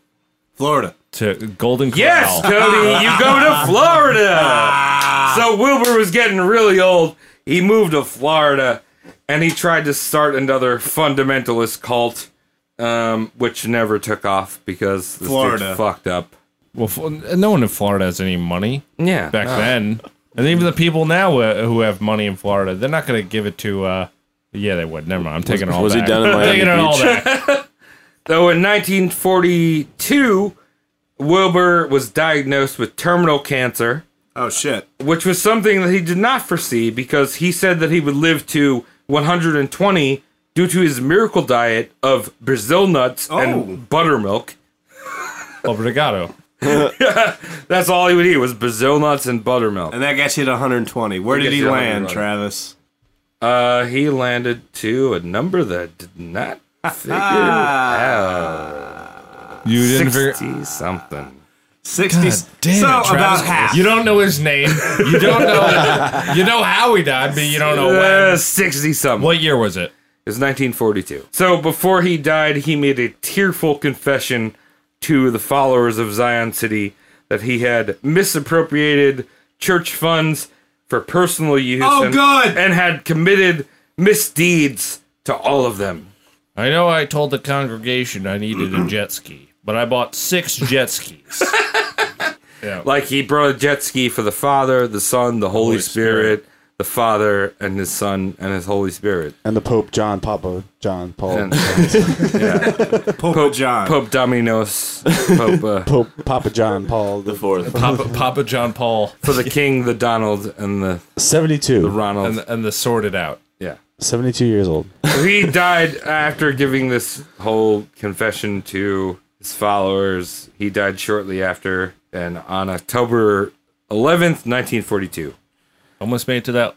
Florida. To Golden Corral. Yes, Cody, you go <laughs> to Ah. Florida. so Wilbur was getting really old. He moved to Florida, and he tried to start another fundamentalist cult, um, which never took off because this Florida. dude fucked up. Well, Fl- no one in Florida has any money. Yeah, back no. then, and even the people now uh, who have money in Florida, they're not going to give it to. uh Yeah, they would. Never mind. I'm taking it all. was he back. down in <laughs> I'm taking it Miami all Beach? back. <laughs> So in 1942, Wilbur was diagnosed with terminal cancer. Oh shit! Which was something that he did not foresee because he said that he would live to 120 due to his miracle diet of Brazil nuts Oh. and buttermilk. Obrigado. That's all he would eat was Brazil nuts and buttermilk. And that got you to 120. Where It did gets he you to land, 120. Travis? Uh, he landed to a number that did <laughs> not figure out. You didn't figure- something. 60. God damn it, so Travis. about half. You don't know his name. You don't know. <laughs> you know how he died, but you don't know when. 60 Uh, something. What year was it? It was 1942. So before he died, he made a tearful confession to the followers of Zion City that he had misappropriated church funds for personal use. Oh, and, good. And had committed misdeeds to all of them. I know I told the congregation I needed <clears throat> a jet ski, but I bought six jet <laughs> skis. yeah. Like he brought a jet ski for the Father, the Son, the Holy, Spirit, the Father, and his Son, and his Holy Spirit. And the Pope John Papa John Paul And- yeah. Pope, John. Pope Dominos, Pope uh, <laughs> Pope Papa John Paul the fourth. Papa, Papa John Paul for the King, the Donald, and the, seventy the two. Ronald. and the, and the sorted out. yeah. Seventy two years old. he died after giving this whole confession to his followers. He died shortly after, and on October 11th, 1942. Almost made it to that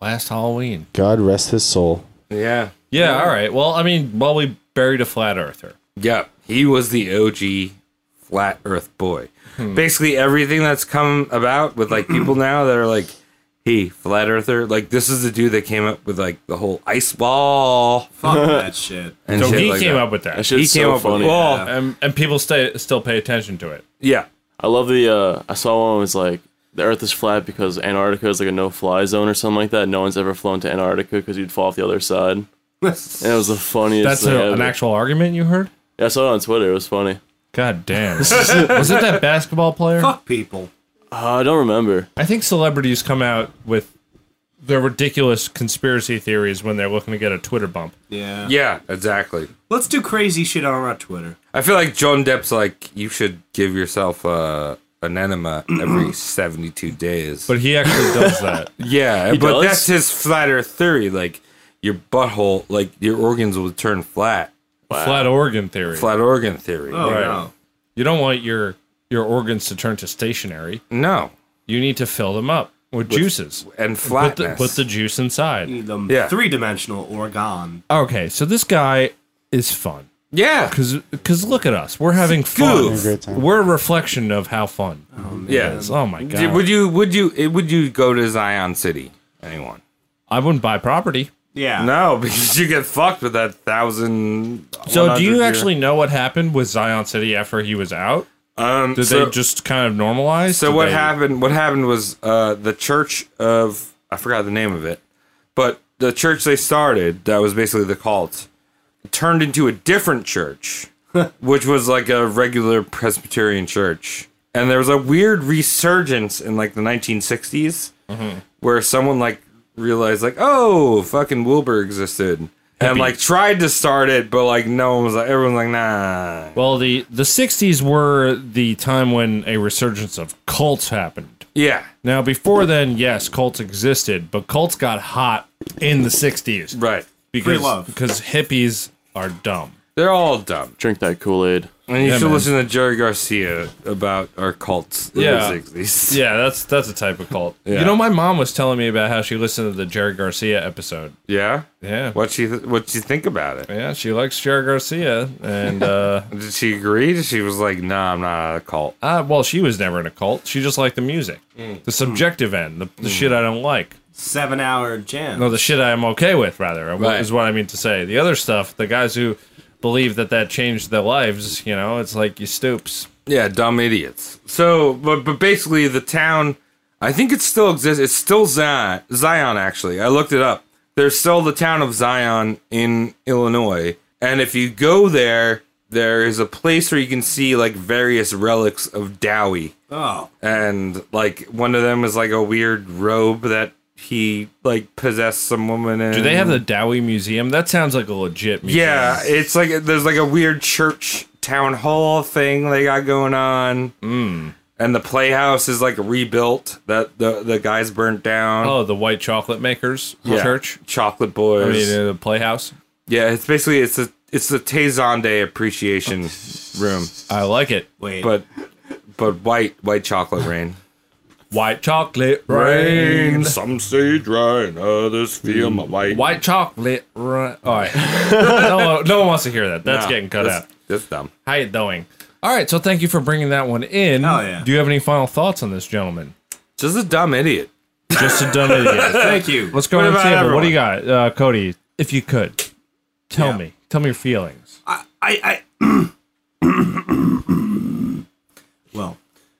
last Halloween. God rest his soul. Yeah. Yeah, all right. Well, I mean, well, we buried a flat earther. Yeah. He was the OG flat earth boy. Hmm. Basically, everything that's come about with like <clears throat> people now that are like, hey, flat earther, like this is the dude that came up with like the whole ice ball. Fuck that shit. And So shit he like came that. up with that. That shit's He came so up with funny. well, And, and people stay, still pay attention to it. yeah. I love the. Uh, I saw one was like the Earth is flat because Antarctica is like a no-fly zone or something like that. No one's ever flown to Antarctica because you'd fall off the other side. And it was the funniest. That's thing a, ever. an actual argument you heard? Yeah, I saw it on Twitter. It was funny. God damn. was it that basketball player? Fuck people. Uh, I don't remember. I think celebrities come out with their ridiculous conspiracy theories when they're looking to get a Twitter bump. Yeah. Yeah, exactly. Let's do crazy shit on our Twitter. I feel like John Depp's like you should give yourself uh, an enema <clears throat> every seventy-two days. But he actually does <laughs> that. yeah, but does? that's his flat Earth theory. Like your butthole, like your organs will turn flat. Flat organ theory. Flat organ theory. Oh, Right. no. You don't want your your organs to turn to stationary. No, You need to fill them up with, juices. and Put the, flatness. Mm. put the juice inside. Need them Yeah. three dimensional Oregon. Okay, so this guy is fun. <laughs> yeah, Cause, Cause, look at us. We're having fun. Goof. Great time. We're a reflection of how fun. yeah. Oh my god! Would you? Would you? eh, Would you go to Zion City? <laughs> Anyone? I wouldn't buy property. Yeah. No, because you get fucked with that thousand. So, do 100 you year- actually know what happened with Zion City after he was out? Um, Did so- they just kind of normalize? So Did what they- happened? What happened was uh, the church of I forgot the name of it, but the church they started that was basically the cult turned into a different church, which was like a regular Presbyterian church, and there was a weird resurgence in like the 1960s where someone like realized like oh fucking Wilbur existed. And like tried to start it, but like no one was like everyone's like nah. Well, the the '60s were the time when a resurgence of cults happened. Yeah, Now, before then, yes, cults existed, but cults got hot in the '60s right. because love. because hippies are dumb. They're all dumb. Drink that Kool Aid. And you Yeah, should man. listen to Jerry Garcia about our cults in Yeah. the 60s. Yeah, that's that's a type of cult. Yeah. You know, my mom was telling me about how she listened to the Jerry Garcia episode. Yeah? Yeah. What she th- what she think about it? Yeah, she likes Jerry Garcia, and <laughs> uh, Did she agree? She was like, "Nah, I'm not a cult." uh, well, she was never in a cult. She just liked the music, the subjective end, the, the shit I don't like. Seven hour jam. No, the shit I'm okay with, rather, Right. is what I mean to say. The other stuff, the guys who believe that that changed their lives. You know, it's like you stoops. Yeah, dumb idiots. So, but but basically, the town, I think it still exists. It's still Zion. Zion, actually. I looked it up. There's still the town of Zion in Illinois, and if you go there, there is a place where you can see like various relics of Dowie, Oh. and like one of them is like a weird robe that he like possessed some woman in. Do they have the Dowie Museum? That sounds like a legit museum. Yeah, it's like there's like a weird church town hall thing they got going on. Hmm. Mm. And the playhouse is like rebuilt. That the the guys burnt down. Oh, the white chocolate makers Yeah. church. Chocolate I Boys. mean, uh, the playhouse. yeah, it's basically it's a it's the Tazon Day appreciation <laughs> room. I like it. Wait. But but white white chocolate rain. White chocolate Rain. <laughs> rain. Some say dry, others feel my white. White chocolate rain. All right. <laughs> no, one- no one wants to hear that. That's Nah, getting cut Ah, that's- out. That's dumb. How you doing? All right. So thank you for bringing that one in. Oh, yeah. Do you have any final thoughts on this gentleman? Just a dumb idiot. Just a dumb <laughs> idiot. Thank you. Let's go What on the about table. What do you got, uh, Cody? If you could, tell me. Tell me your feelings. I, I, I <clears throat> well,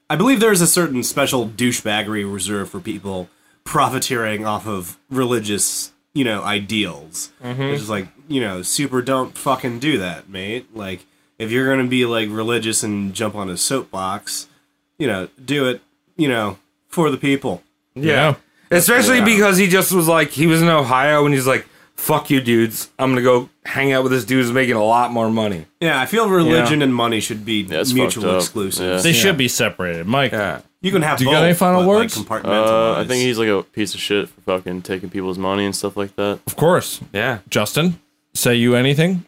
I believe there is a certain special douchebaggery reserved for people profiteering off of religious, you know, ideals. Mm-hmm. Which is like, you know, super don't fucking do that, mate. Like, if you're gonna be like religious and jump on a soapbox, you know, do it, you know, for the people. Yeah. Especially because he just was like, he was in Ohio and he's like, fuck you dudes. I'm going to go hang out with this dude who's making a lot more money. Yeah, I feel religion and money should be it's fucked mutual up. exclusives. They should be separated, Mike. Yeah. You can have. Do you both, got any final but, like, words? Uh, I compartmentalized. think he's like a piece of shit for fucking taking people's money and stuff like <laughs> that. Of course. Yeah. Justin, say you anything?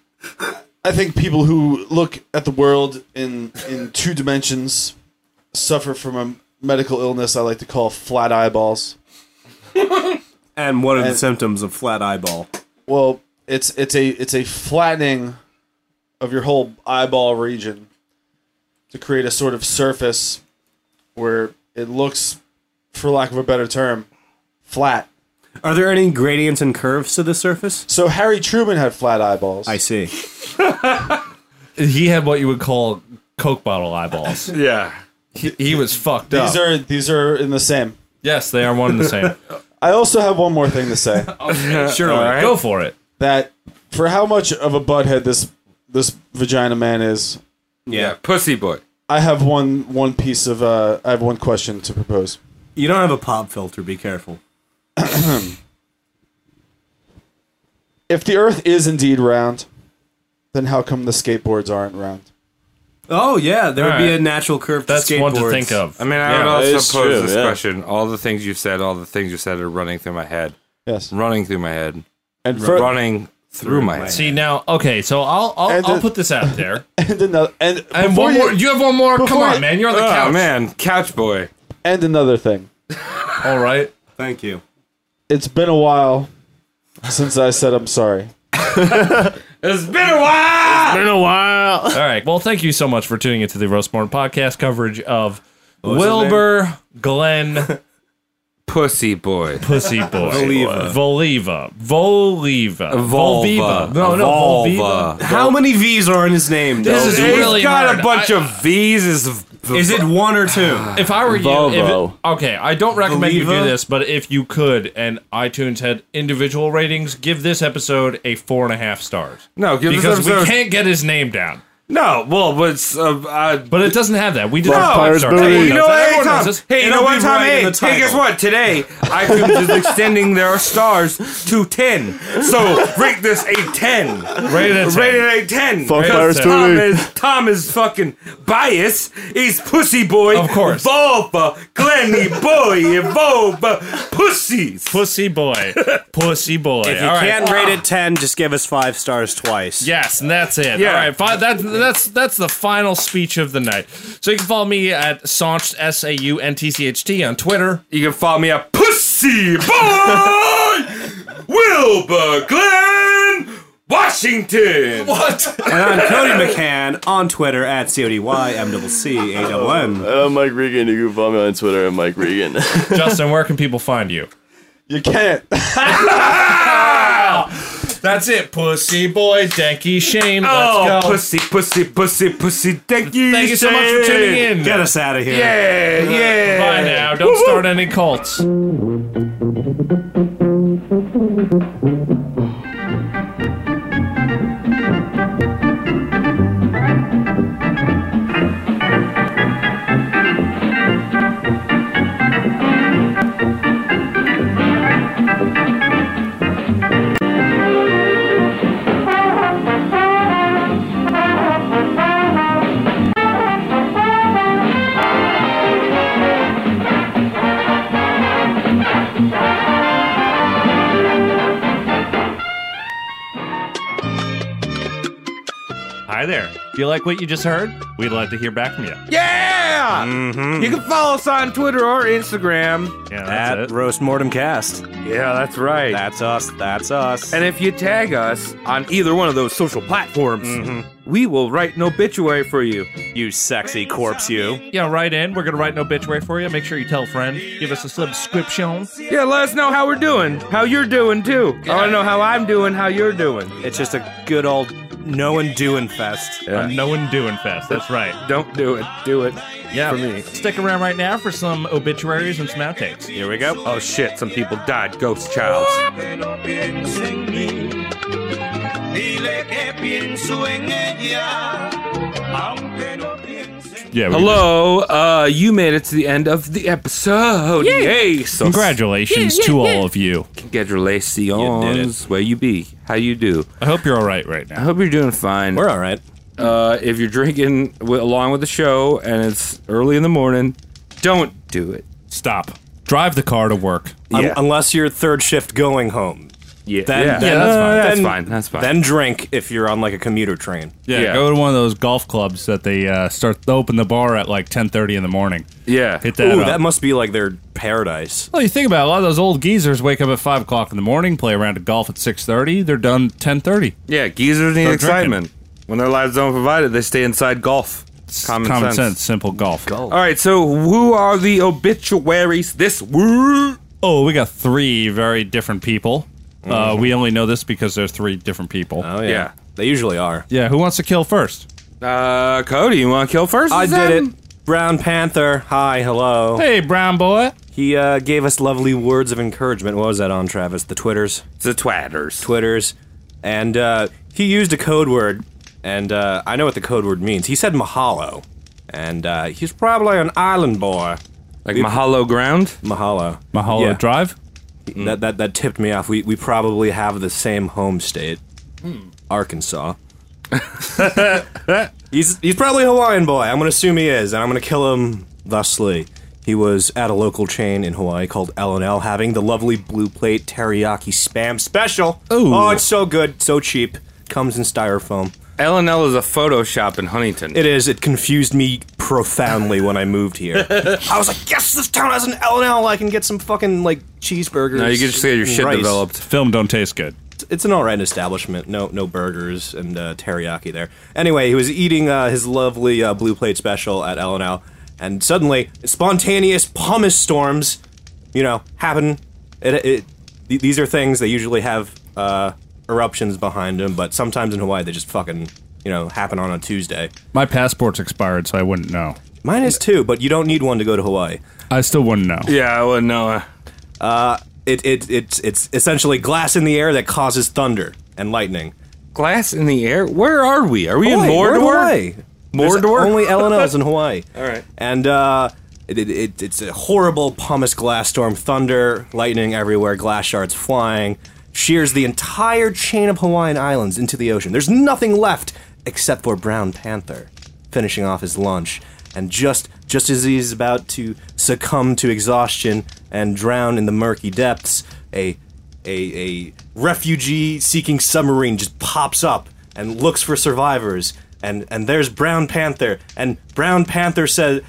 I think people who look at the world in in two dimensions suffer from a medical illness I like to call flat eyeballs. And what are the And- symptoms of flat eyeball? Well, it's it's a it's a flattening of your whole eyeball region to create a sort of surface where it looks, for lack of a better term, flat. Are there any gradients and curves to the surface? So Harry Truman had flat eyeballs. I see. He had what you would call Coke bottle eyeballs. <laughs> Yeah. he, he was fucked up. these are these are in the same. yes, they are one and the <laughs> same. I also have one more thing to say. sure, go for it. that for how much of a butthead this this vagina man is, Yeah. Pussy boy. I have one one piece of uh, I have one question to propose. You don't have a pop filter. Be careful. If the Earth is indeed round, then how come the skateboards aren't round? Oh yeah, there would be Alright. a natural curve. To That's one to skateboards. think of. I mean, I Yeah, would that is also pose true, this yeah. question. All the things you've said, all the things you said are running through my head. Yes, Running through my head. and for, running through my head. See now, okay, so I'll I'll, And I'll the- put this out <laughs> there. <laughs> and another and, And before one you- more. You have one more. Come before on, you- man. You're on the oh, couch. man. Couch boy. and another thing. All right. Thank you. It's been a while since I said I'm sorry. It's been a while. In a while. All right. Well, thank you so much for tuning into the Roastborn podcast coverage of was his Wilbur Glenn Pussy boy. Pussy Boy. Voliva. Voliva. Voliva. Volviva. No, no, Volviva. Volva. How many V's are in his name? This though? is He's really got hard. a bunch I- of V's. Is, Is it one or <sighs> two? If I were you, Volvo. if it- okay, I don't recommend you do Voliva? this, but if you could, and iTunes had individual ratings, give this episode a four and a half stars No, give this because we episode- can't get his name down. No, well, but it's, uh, uh, But it doesn't have that. We just have five Pirate's stars. Booty. Hey, Everyone you know knows that. Everyone knows what, hey, Tom? this. Hey, you know It'll what, be Tom? right Hey, in the hey, guess title. what? Today, iTunes is extending their stars to 10. So, rate this a 10. Rated at 10. Rate it a 10. Fuck because Pirates Tom Booty. is, Tom is fucking biased. He's pussy boy. Of course. Volva, Glenny boy, Volva, pussies. Pussy boy. Pussy boy. if you All right. can't rate it ten, just give us five stars twice. Yes, and that's it. Yeah. All right, fi- that, that's that's the final speech of the night. So you can follow me at Sauncht, S A U N T C H T on Twitter. You can follow me at Pussy Boy Wilbur Glenn <laughs> Washington. What? And I'm Cody McCann on Twitter at C O D Y M double C A double M. And I'm Uh, Mike Regan. You can follow me on Twitter at Mike Regan. Justin, where can people find you? You can't. That's it, pussy boy. Denky shame. oh, Let's go. pussy, pussy, pussy, pussy. Thank you. Thank you so much for tuning in. Get us out of here. Yeah, yeah. Bye now. Don't start any cults. Hi there. Do you like what you just heard? We'd love to hear back from you. Yeah. You can follow us on Twitter or Instagram. Yeah, At that's it. Roast Mortem Cast. Yeah, that's right. That's us. That's us. And if you tag us on either one of those social platforms, we will write an obituary for you. you sexy corpse, you. Yeah, right in. We're gonna write an obituary for you. Make sure you tell a friend. Give us a subscription. Yeah, let us know how we're doing, how you're doing too. I want to know how I'm doing, how you're doing. It's just a good old no and doing fest. A no one doing fest. That's right. Don't do it. Do it. Yeah. For me. Stick around right now for some obituaries and some outtakes. Here we go. Oh shit, some people died. Ghost Childs. Yeah. we just- Hello, uh, you made it to the end of the episode. Yay! So Congratulations to all of you. Congratulations. Where you be? How you do? I hope you're all right right I now. hope you're doing fine. We're all right. Uh, if you're drinking wi- along with the show and it's early in the morning, don't do it. Stop. Drive the car to work. Un- Yeah. unless you're third shift going home. Yeah, Then, yeah. then- that's fine. That's then- fine. That's fine. Then drink if you're on like a commuter train. Yeah, Yeah. go to one of those golf clubs that they uh, start they open the bar at like 10:30 in the morning. yeah. Hit that. Ooh, up. that must be like their paradise. Well, you think about it, a lot of those old geezers wake up at five o'clock in the morning, play around at golf at six thirty. They're done ten thirty. Yeah, geezers need Start excitement. When their lives don't provide it, they stay inside golf. Common, sense. simple golf. All right, so who are the obituaries this week? Oh, we got three very different people. Uh, we only know this because there's three different people. Oh Mm-hmm. Yeah. They usually are. yeah, who wants to kill first? Uh, Cody, you want to kill first? I then? did it. Brown Panther. Hi, hello. Hey, brown boy. He uh, gave us lovely words of encouragement. What was that on, Travis? The Twitters? It's the twatters. Twitters. And uh, he used a code word, and uh, I know what the code word means. He said mahalo, and uh, he's probably an island boy. Like Mahalo Ground? Mahalo. Mahalo Yeah. Drive. That, that, that tipped me off. We, we probably have the same home state, Hmm. <laughs> Arkansas. he's, he's probably Hawaiian boy. I'm going to assume he is, and I'm going to kill him thusly. He was at a local chain in Hawaii called L&L having the lovely blue plate teriyaki spam special. Ooh. Oh, it's so good, so cheap. Comes in styrofoam. LNL is a photo shop in Huntington. It is. It confused me profoundly when I moved <laughs> here. I was like, yes, this town has an L&L. I can get some fucking, like, cheeseburgers. now you can just get your and shit rice." developed. Film don't taste good. it's an all right establishment. No, no burgers and uh, teriyaki there. Anyway, he was eating uh, his lovely uh, blue plate special at L and L, and suddenly spontaneous pumice storms, you know, happen. It, it, th- these are things they usually have uh, eruptions behind them, but sometimes in Hawaii they just fucking, you know, happen on a Tuesday. My passport's expired, so I wouldn't know. Mine is two, but you don't need one to go to Hawaii. I still wouldn't know. Yeah, I wouldn't know. uh, It, it, it's, it's essentially glass in the air that causes thunder and lightning. Glass in the air? Where are we? Are we in Hawaii, we're Mordor? in Hawaii. There's Mordor? Only LNLs <laughs> in Hawaii. All right. And uh, it, it, it, it's a horrible pumice glass storm, thunder, lightning everywhere, glass shards flying, shears the entire chain of Hawaiian islands into the ocean. There's nothing left except for Brown Panther finishing off his lunch. And just just as he's about to succumb to exhaustion and drown in the murky depths, a a, a refugee seeking submarine just pops up and looks for survivors and and there's brown panther and brown panther says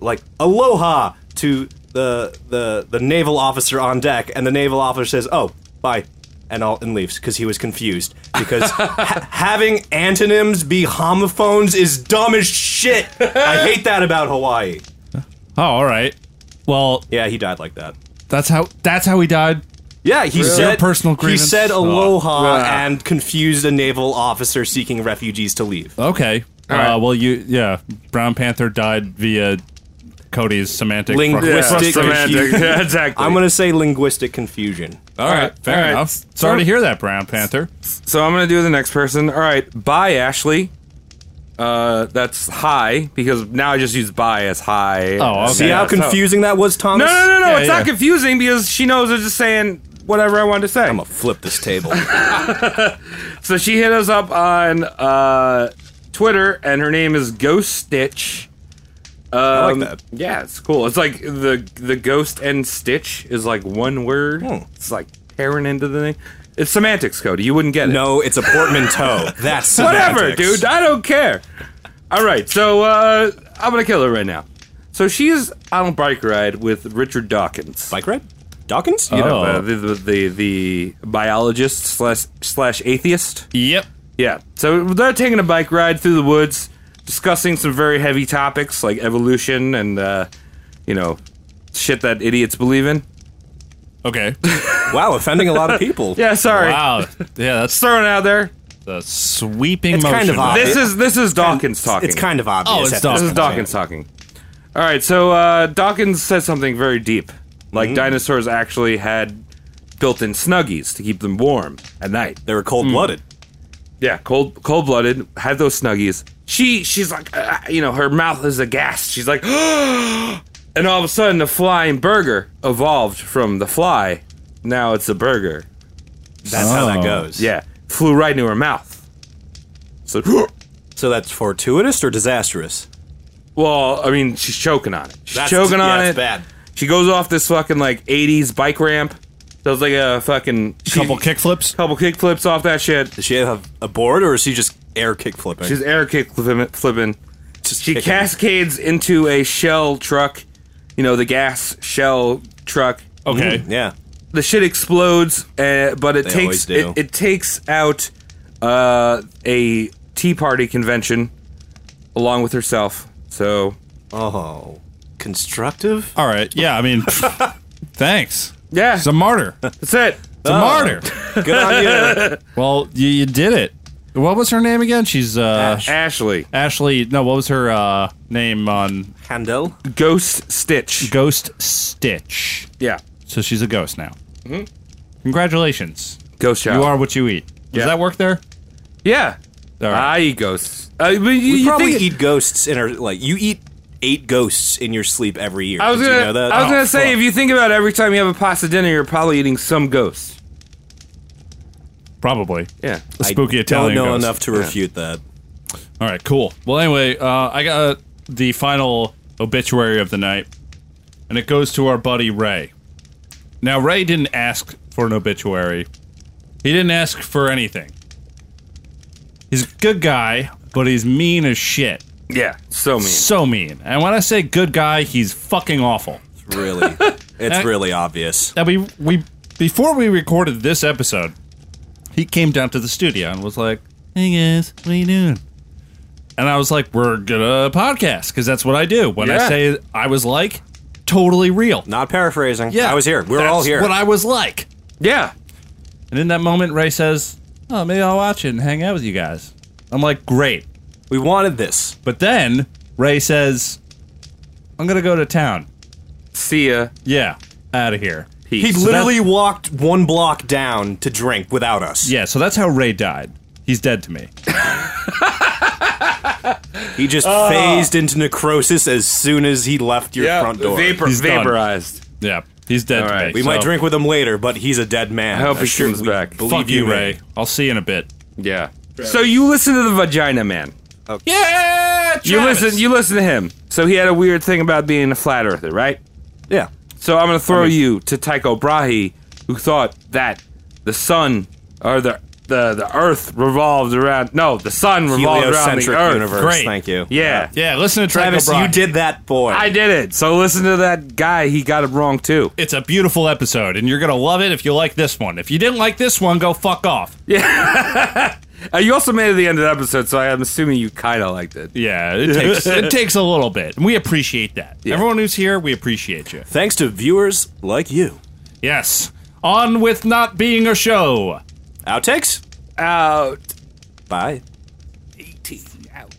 like aloha to the the the naval officer on deck and the naval officer says oh bye and all and leaves because he was confused because ha- having antonyms be homophones is dumb as shit i hate that about hawaii Oh, all right. Well, yeah he died like that that's how that's how he died. Yeah, he Really? said Your personal He grievance? Oh. said aloha Ah. Ah. and confused a naval officer seeking refugees to leave. Okay. Uh, well, you yeah. Brown Panther died via Cody's semantic Linguistic frustration. <laughs> confusion. I'm gonna say linguistic confusion. Oh, All right, fair All right. enough. Sorry to hear that, Brown Panther. So I'm gonna do the next person. All right, bye, Ashley. Uh, that's hi because now I just use bye as hi. Oh, okay. See how That's confusing that was, Thomas? No, no, no, no. Yeah, it's yeah. not confusing because she knows I'm just saying whatever I wanted to say. I'm gonna flip this <laughs> table. so she hit us up on uh, Twitter, and her name is Ghost Stitch. Um, I like that. Yeah, it's cool. It's like the the ghost and Stitch is like one word. Hmm. It's like tearing into the name. It's semantics, Cody. You wouldn't get it. No, it's a portmanteau. <laughs> That's whatever, semantics. dude. I don't care. All right, so uh, I'm gonna kill her right now. So she's on a bike ride with Richard Dawkins. Bike ride, Dawkins. You know Oh. uh, the, the the the biologist slash slash atheist. Yep. Yeah. So they're taking a bike ride through the woods, discussing some very heavy topics like evolution and uh, you know shit that idiots believe in. Okay. wow, offending a lot of people. <laughs> yeah. Sorry. Wow. Yeah, that's throwing out there. The sweeping It's motion. kind of obvious. This is this is Dawkins talking. it's kind of obvious Oh, at it's this Dawkins. This is point. Dawkins talking. All right, so uh, Dawkins said something very deep, Mm-hmm. like dinosaurs actually had built-in snuggies to keep them warm at night. They were cold-blooded. Mm. Yeah, cold cold-blooded. Had those snuggies. She she's like, uh, you know, her mouth is aghast. She's like, <gasps> and all of a sudden, the flying burger evolved from the fly. Now it's a burger. That's how that goes. Oh, Yeah, flew right into her mouth. So, <gasps> so that's fortuitous or disastrous? Well, I mean, she's choking on it. She's That's- choking on yeah, it. it's bad. She goes off this fucking like '80s bike ramp. Does like a fucking couple kick flips. Couple kick flips off that shit. Does she have a board or is she just air kick flipping? She's air kick flipping. flipping. she kicking. cascades into a shell truck. You know the gas shell truck. Okay. Mhm, yeah. The shit explodes, uh, but it They always takes do. it, it takes out uh, a Tea Party convention along with herself. So, oh, constructive. All right. Yeah. I <laughs> mean, thanks. Yeah. It's a martyr. That's it. It's a martyr. Good on you. <laughs> Well, you, you did it. What was her name again? She's uh, Ashley. Ashley. No, what was her uh, name on Handel? Ghost Stitch. Ghost Stitch. Yeah. So she's a ghost now. Mhm. Congratulations. Ghost You are what you eat. Does that work there? Yeah. All I eat ghosts. Uh, but you, we you probably think- eat ghosts in our like you eat eight ghosts in your sleep every year. I was Did gonna, you know that? I was Oh, gonna say, if you think about it, every time you have a pasta dinner, you're probably eating some ghost. Probably. Yeah. A spooky Italian Don't know ghost. enough to Yeah. refute that. All right, cool. Well, anyway, uh, I got the final obituary of the night, and it goes to our buddy Ray. Now, Ray didn't ask for an obituary, he didn't ask for anything. He's a good guy, but he's mean as shit. Yeah, so mean. So mean. And when I say good guy, he's fucking awful. Really, <laughs> it's really obvious. Now we we before we recorded this episode, he came down to the studio and was like, "Hey guys, what are you doing?" And I was like, "We're gonna podcast because that's what I do." When Yeah. I say I was like, totally real, not paraphrasing. Yeah, I was here. We were that's all here. What I was like. Yeah. And in that moment, Ray says, "Oh, maybe I'll watch it and hang out with you guys." I'm like, "Great, we wanted this." But then Ray says, "I'm gonna go to town." See ya. Yeah, out of here. he literally walked one block down to drink without us. Yeah, so that's how Ray died. He's dead to me. He just Ah. phased into necrosis as soon as he left your Yeah, front door. vapor- He's done. vaporized. Yeah, he's dead. to me, We so- might drink with him later, but he's a dead man. I hope he sure comes we back. Believe Fuck you, Ray. Ray. I'll see you in a bit. Yeah. So you listen to the Vagina Man. Okay. Yeah. You listen. You listen to him. So he had a weird thing about being a flat earther, right? Yeah. So I'm gonna throw you to Tycho Brahe, who thought that the sun or the the, the Earth revolved around. No, the sun revolved around the Heliocentric Earth. universe. Great. Thank you. Yeah. Yeah. Listen to Travis, Tycho Brahe. you did that, boy. I did it. So listen to that guy. He got it wrong too. It's a beautiful episode, and you're gonna love it if you like this one. If you didn't like this one, go fuck off. Uh, you also made it to the end of the episode, so I'm assuming you kind of liked it. Yeah, It <laughs> takes it takes a little bit, and we appreciate that. Everyone who's here, we appreciate you. Thanks to viewers like you. Yes. On with not being a show. Outtakes? Out. Bye. 18 out.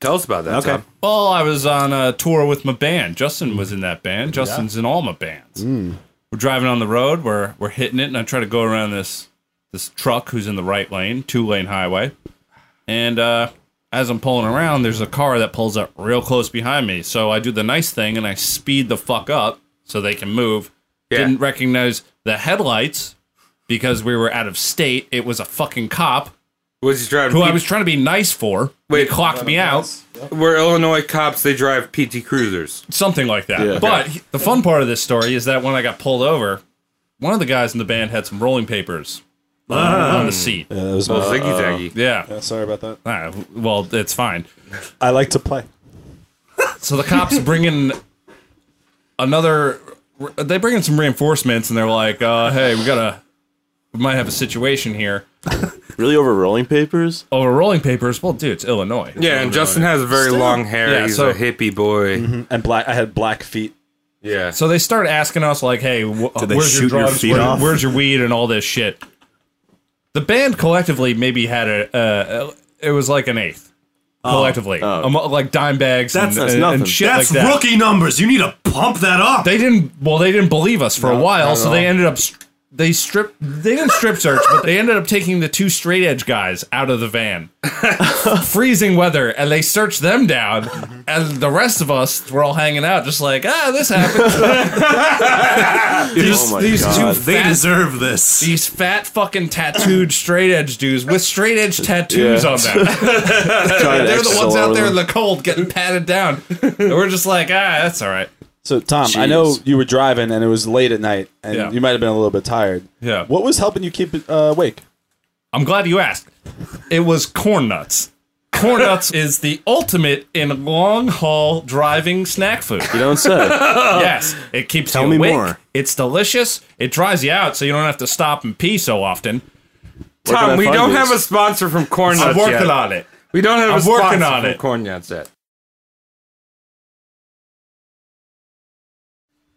Tell us about that. Tom. Well, I was on a tour with my band. Justin was in that band. Justin's in all my bands. We're driving on the road. We're we're hitting it, and I try to go around this this truck who's in the right lane, two lane highway. And uh, as I'm pulling around, there's a car that pulls up real close behind me. So I do the nice thing and I speed the fuck up so they can move. Didn't recognize the headlights because we were out of state. It was a fucking cop. Was he driving? Who I was trying to be nice for. Wait, he clocked me out. We're Illinois cops. They drive PT Cruisers. Something like that. Yeah. But Okay. he- the fun part of this story is that when I got pulled over, one of the guys in the band had some rolling papers on the seat. Yeah, that was Uh, Oh, my- ziggy-zaggy. Yeah. Sorry about that. Ah, well, it's fine. I like to play. So the cops bring in another. They bring in some reinforcements, and they're like, uh, "Hey, we gotta. We might have a situation here." <laughs> really over rolling papers? Over rolling papers? Well, dude, it's Illinois. Yeah, and Justin has very Still. long hair. Yeah, He's so- a hippie boy. And black. I had black feet. Mm-hmm. Yeah. So they start asking us like, "Hey, wh- Did they where's shoot your your drugs? feet Where- off? Where's your weed and all this shit?" The band collectively maybe had a. Uh, it was like an eighth. Oh. Collectively, Oh. Amo- like dime bags That's- and, that's and- and nothing. shit That's like that. rookie numbers. You need to pump that up. They didn't. Well, they didn't believe us for a No, not while, at so they all. ended up. str- They stripped. They didn't strip search, but they ended up taking the two straight edge guys out of the <laughs> van. Freezing weather, and they searched them down, and the rest of us were all hanging out, just like, ah, this <laughs> happened. These- Oh my these God. two They deserve this. These fat fucking tattooed straight edge dudes with straight edge tattoos Yeah. on them. <laughs> Giant They're the X ones out all there over in the cold getting patted down. And we're just like, ah, that's all right. So Tom, I know Jeez. you were driving and it was late at night, and Yeah. you might have been a little bit tired. Yeah. What was helping you keep it, uh, awake? I'm glad you asked. It was corn nuts. Corn nuts is the ultimate in long haul driving snack food. You don't <laughs> say. yes, it keeps Tell you me awake. more. It's delicious. It dries you out, so you don't have to stop and pee so often. Tom, Where can I we find don't these? have a sponsor from Corn I'm Nuts working yet. on it. We don't have I'm a working sponsor on from it. Corn Nuts yet.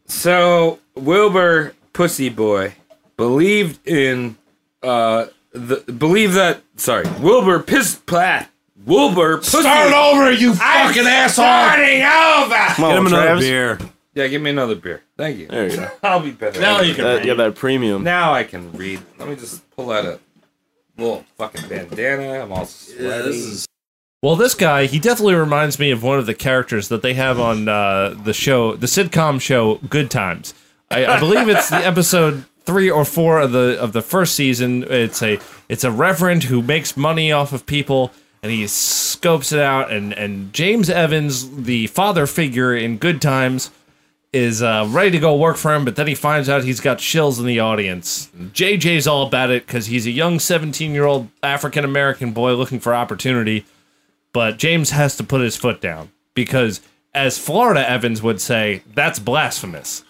So Wilbur Pussy Boy believed in uh the believe that sorry Wilbur Piss Plat Wilbur Pussy Start over, you I'm fucking asshole. starting over. Come on, Get him another Travis. beer. Yeah, give me another beer. Thank you. There <laughs> you go. I'll be better. Now you can That- read. yeah, that premium. Now I can read. Let me just pull out a little fucking bandana. I'm all sweaty. Well, this guy, he definitely reminds me of one of the characters that they have on uh, the show, the sitcom show Good Times. I, I believe it's the episode three or four of the of the first season. It's a it's a reverend who makes money off of people, and he scopes it out. and And James Evans, the father figure in Good Times, is uh, ready to go work for him, but then he finds out he's got shills in the audience. JJ's all about it because he's a young 17 year old African American boy looking for opportunity, but James has to put his foot down because, as Florida Evans would say, that's blasphemous.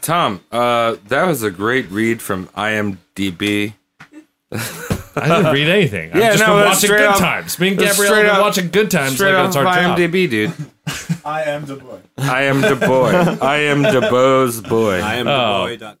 Tom, uh, that was a great read from IMDb. I didn't read <laughs> anything. I've just been watching Good Times. Me and Gabrielle have been watching Good Times Straight like off it's our of job. IMDb, dude. I am the boy. I am the boy. I am the boy's boy. I am Oh. the boy.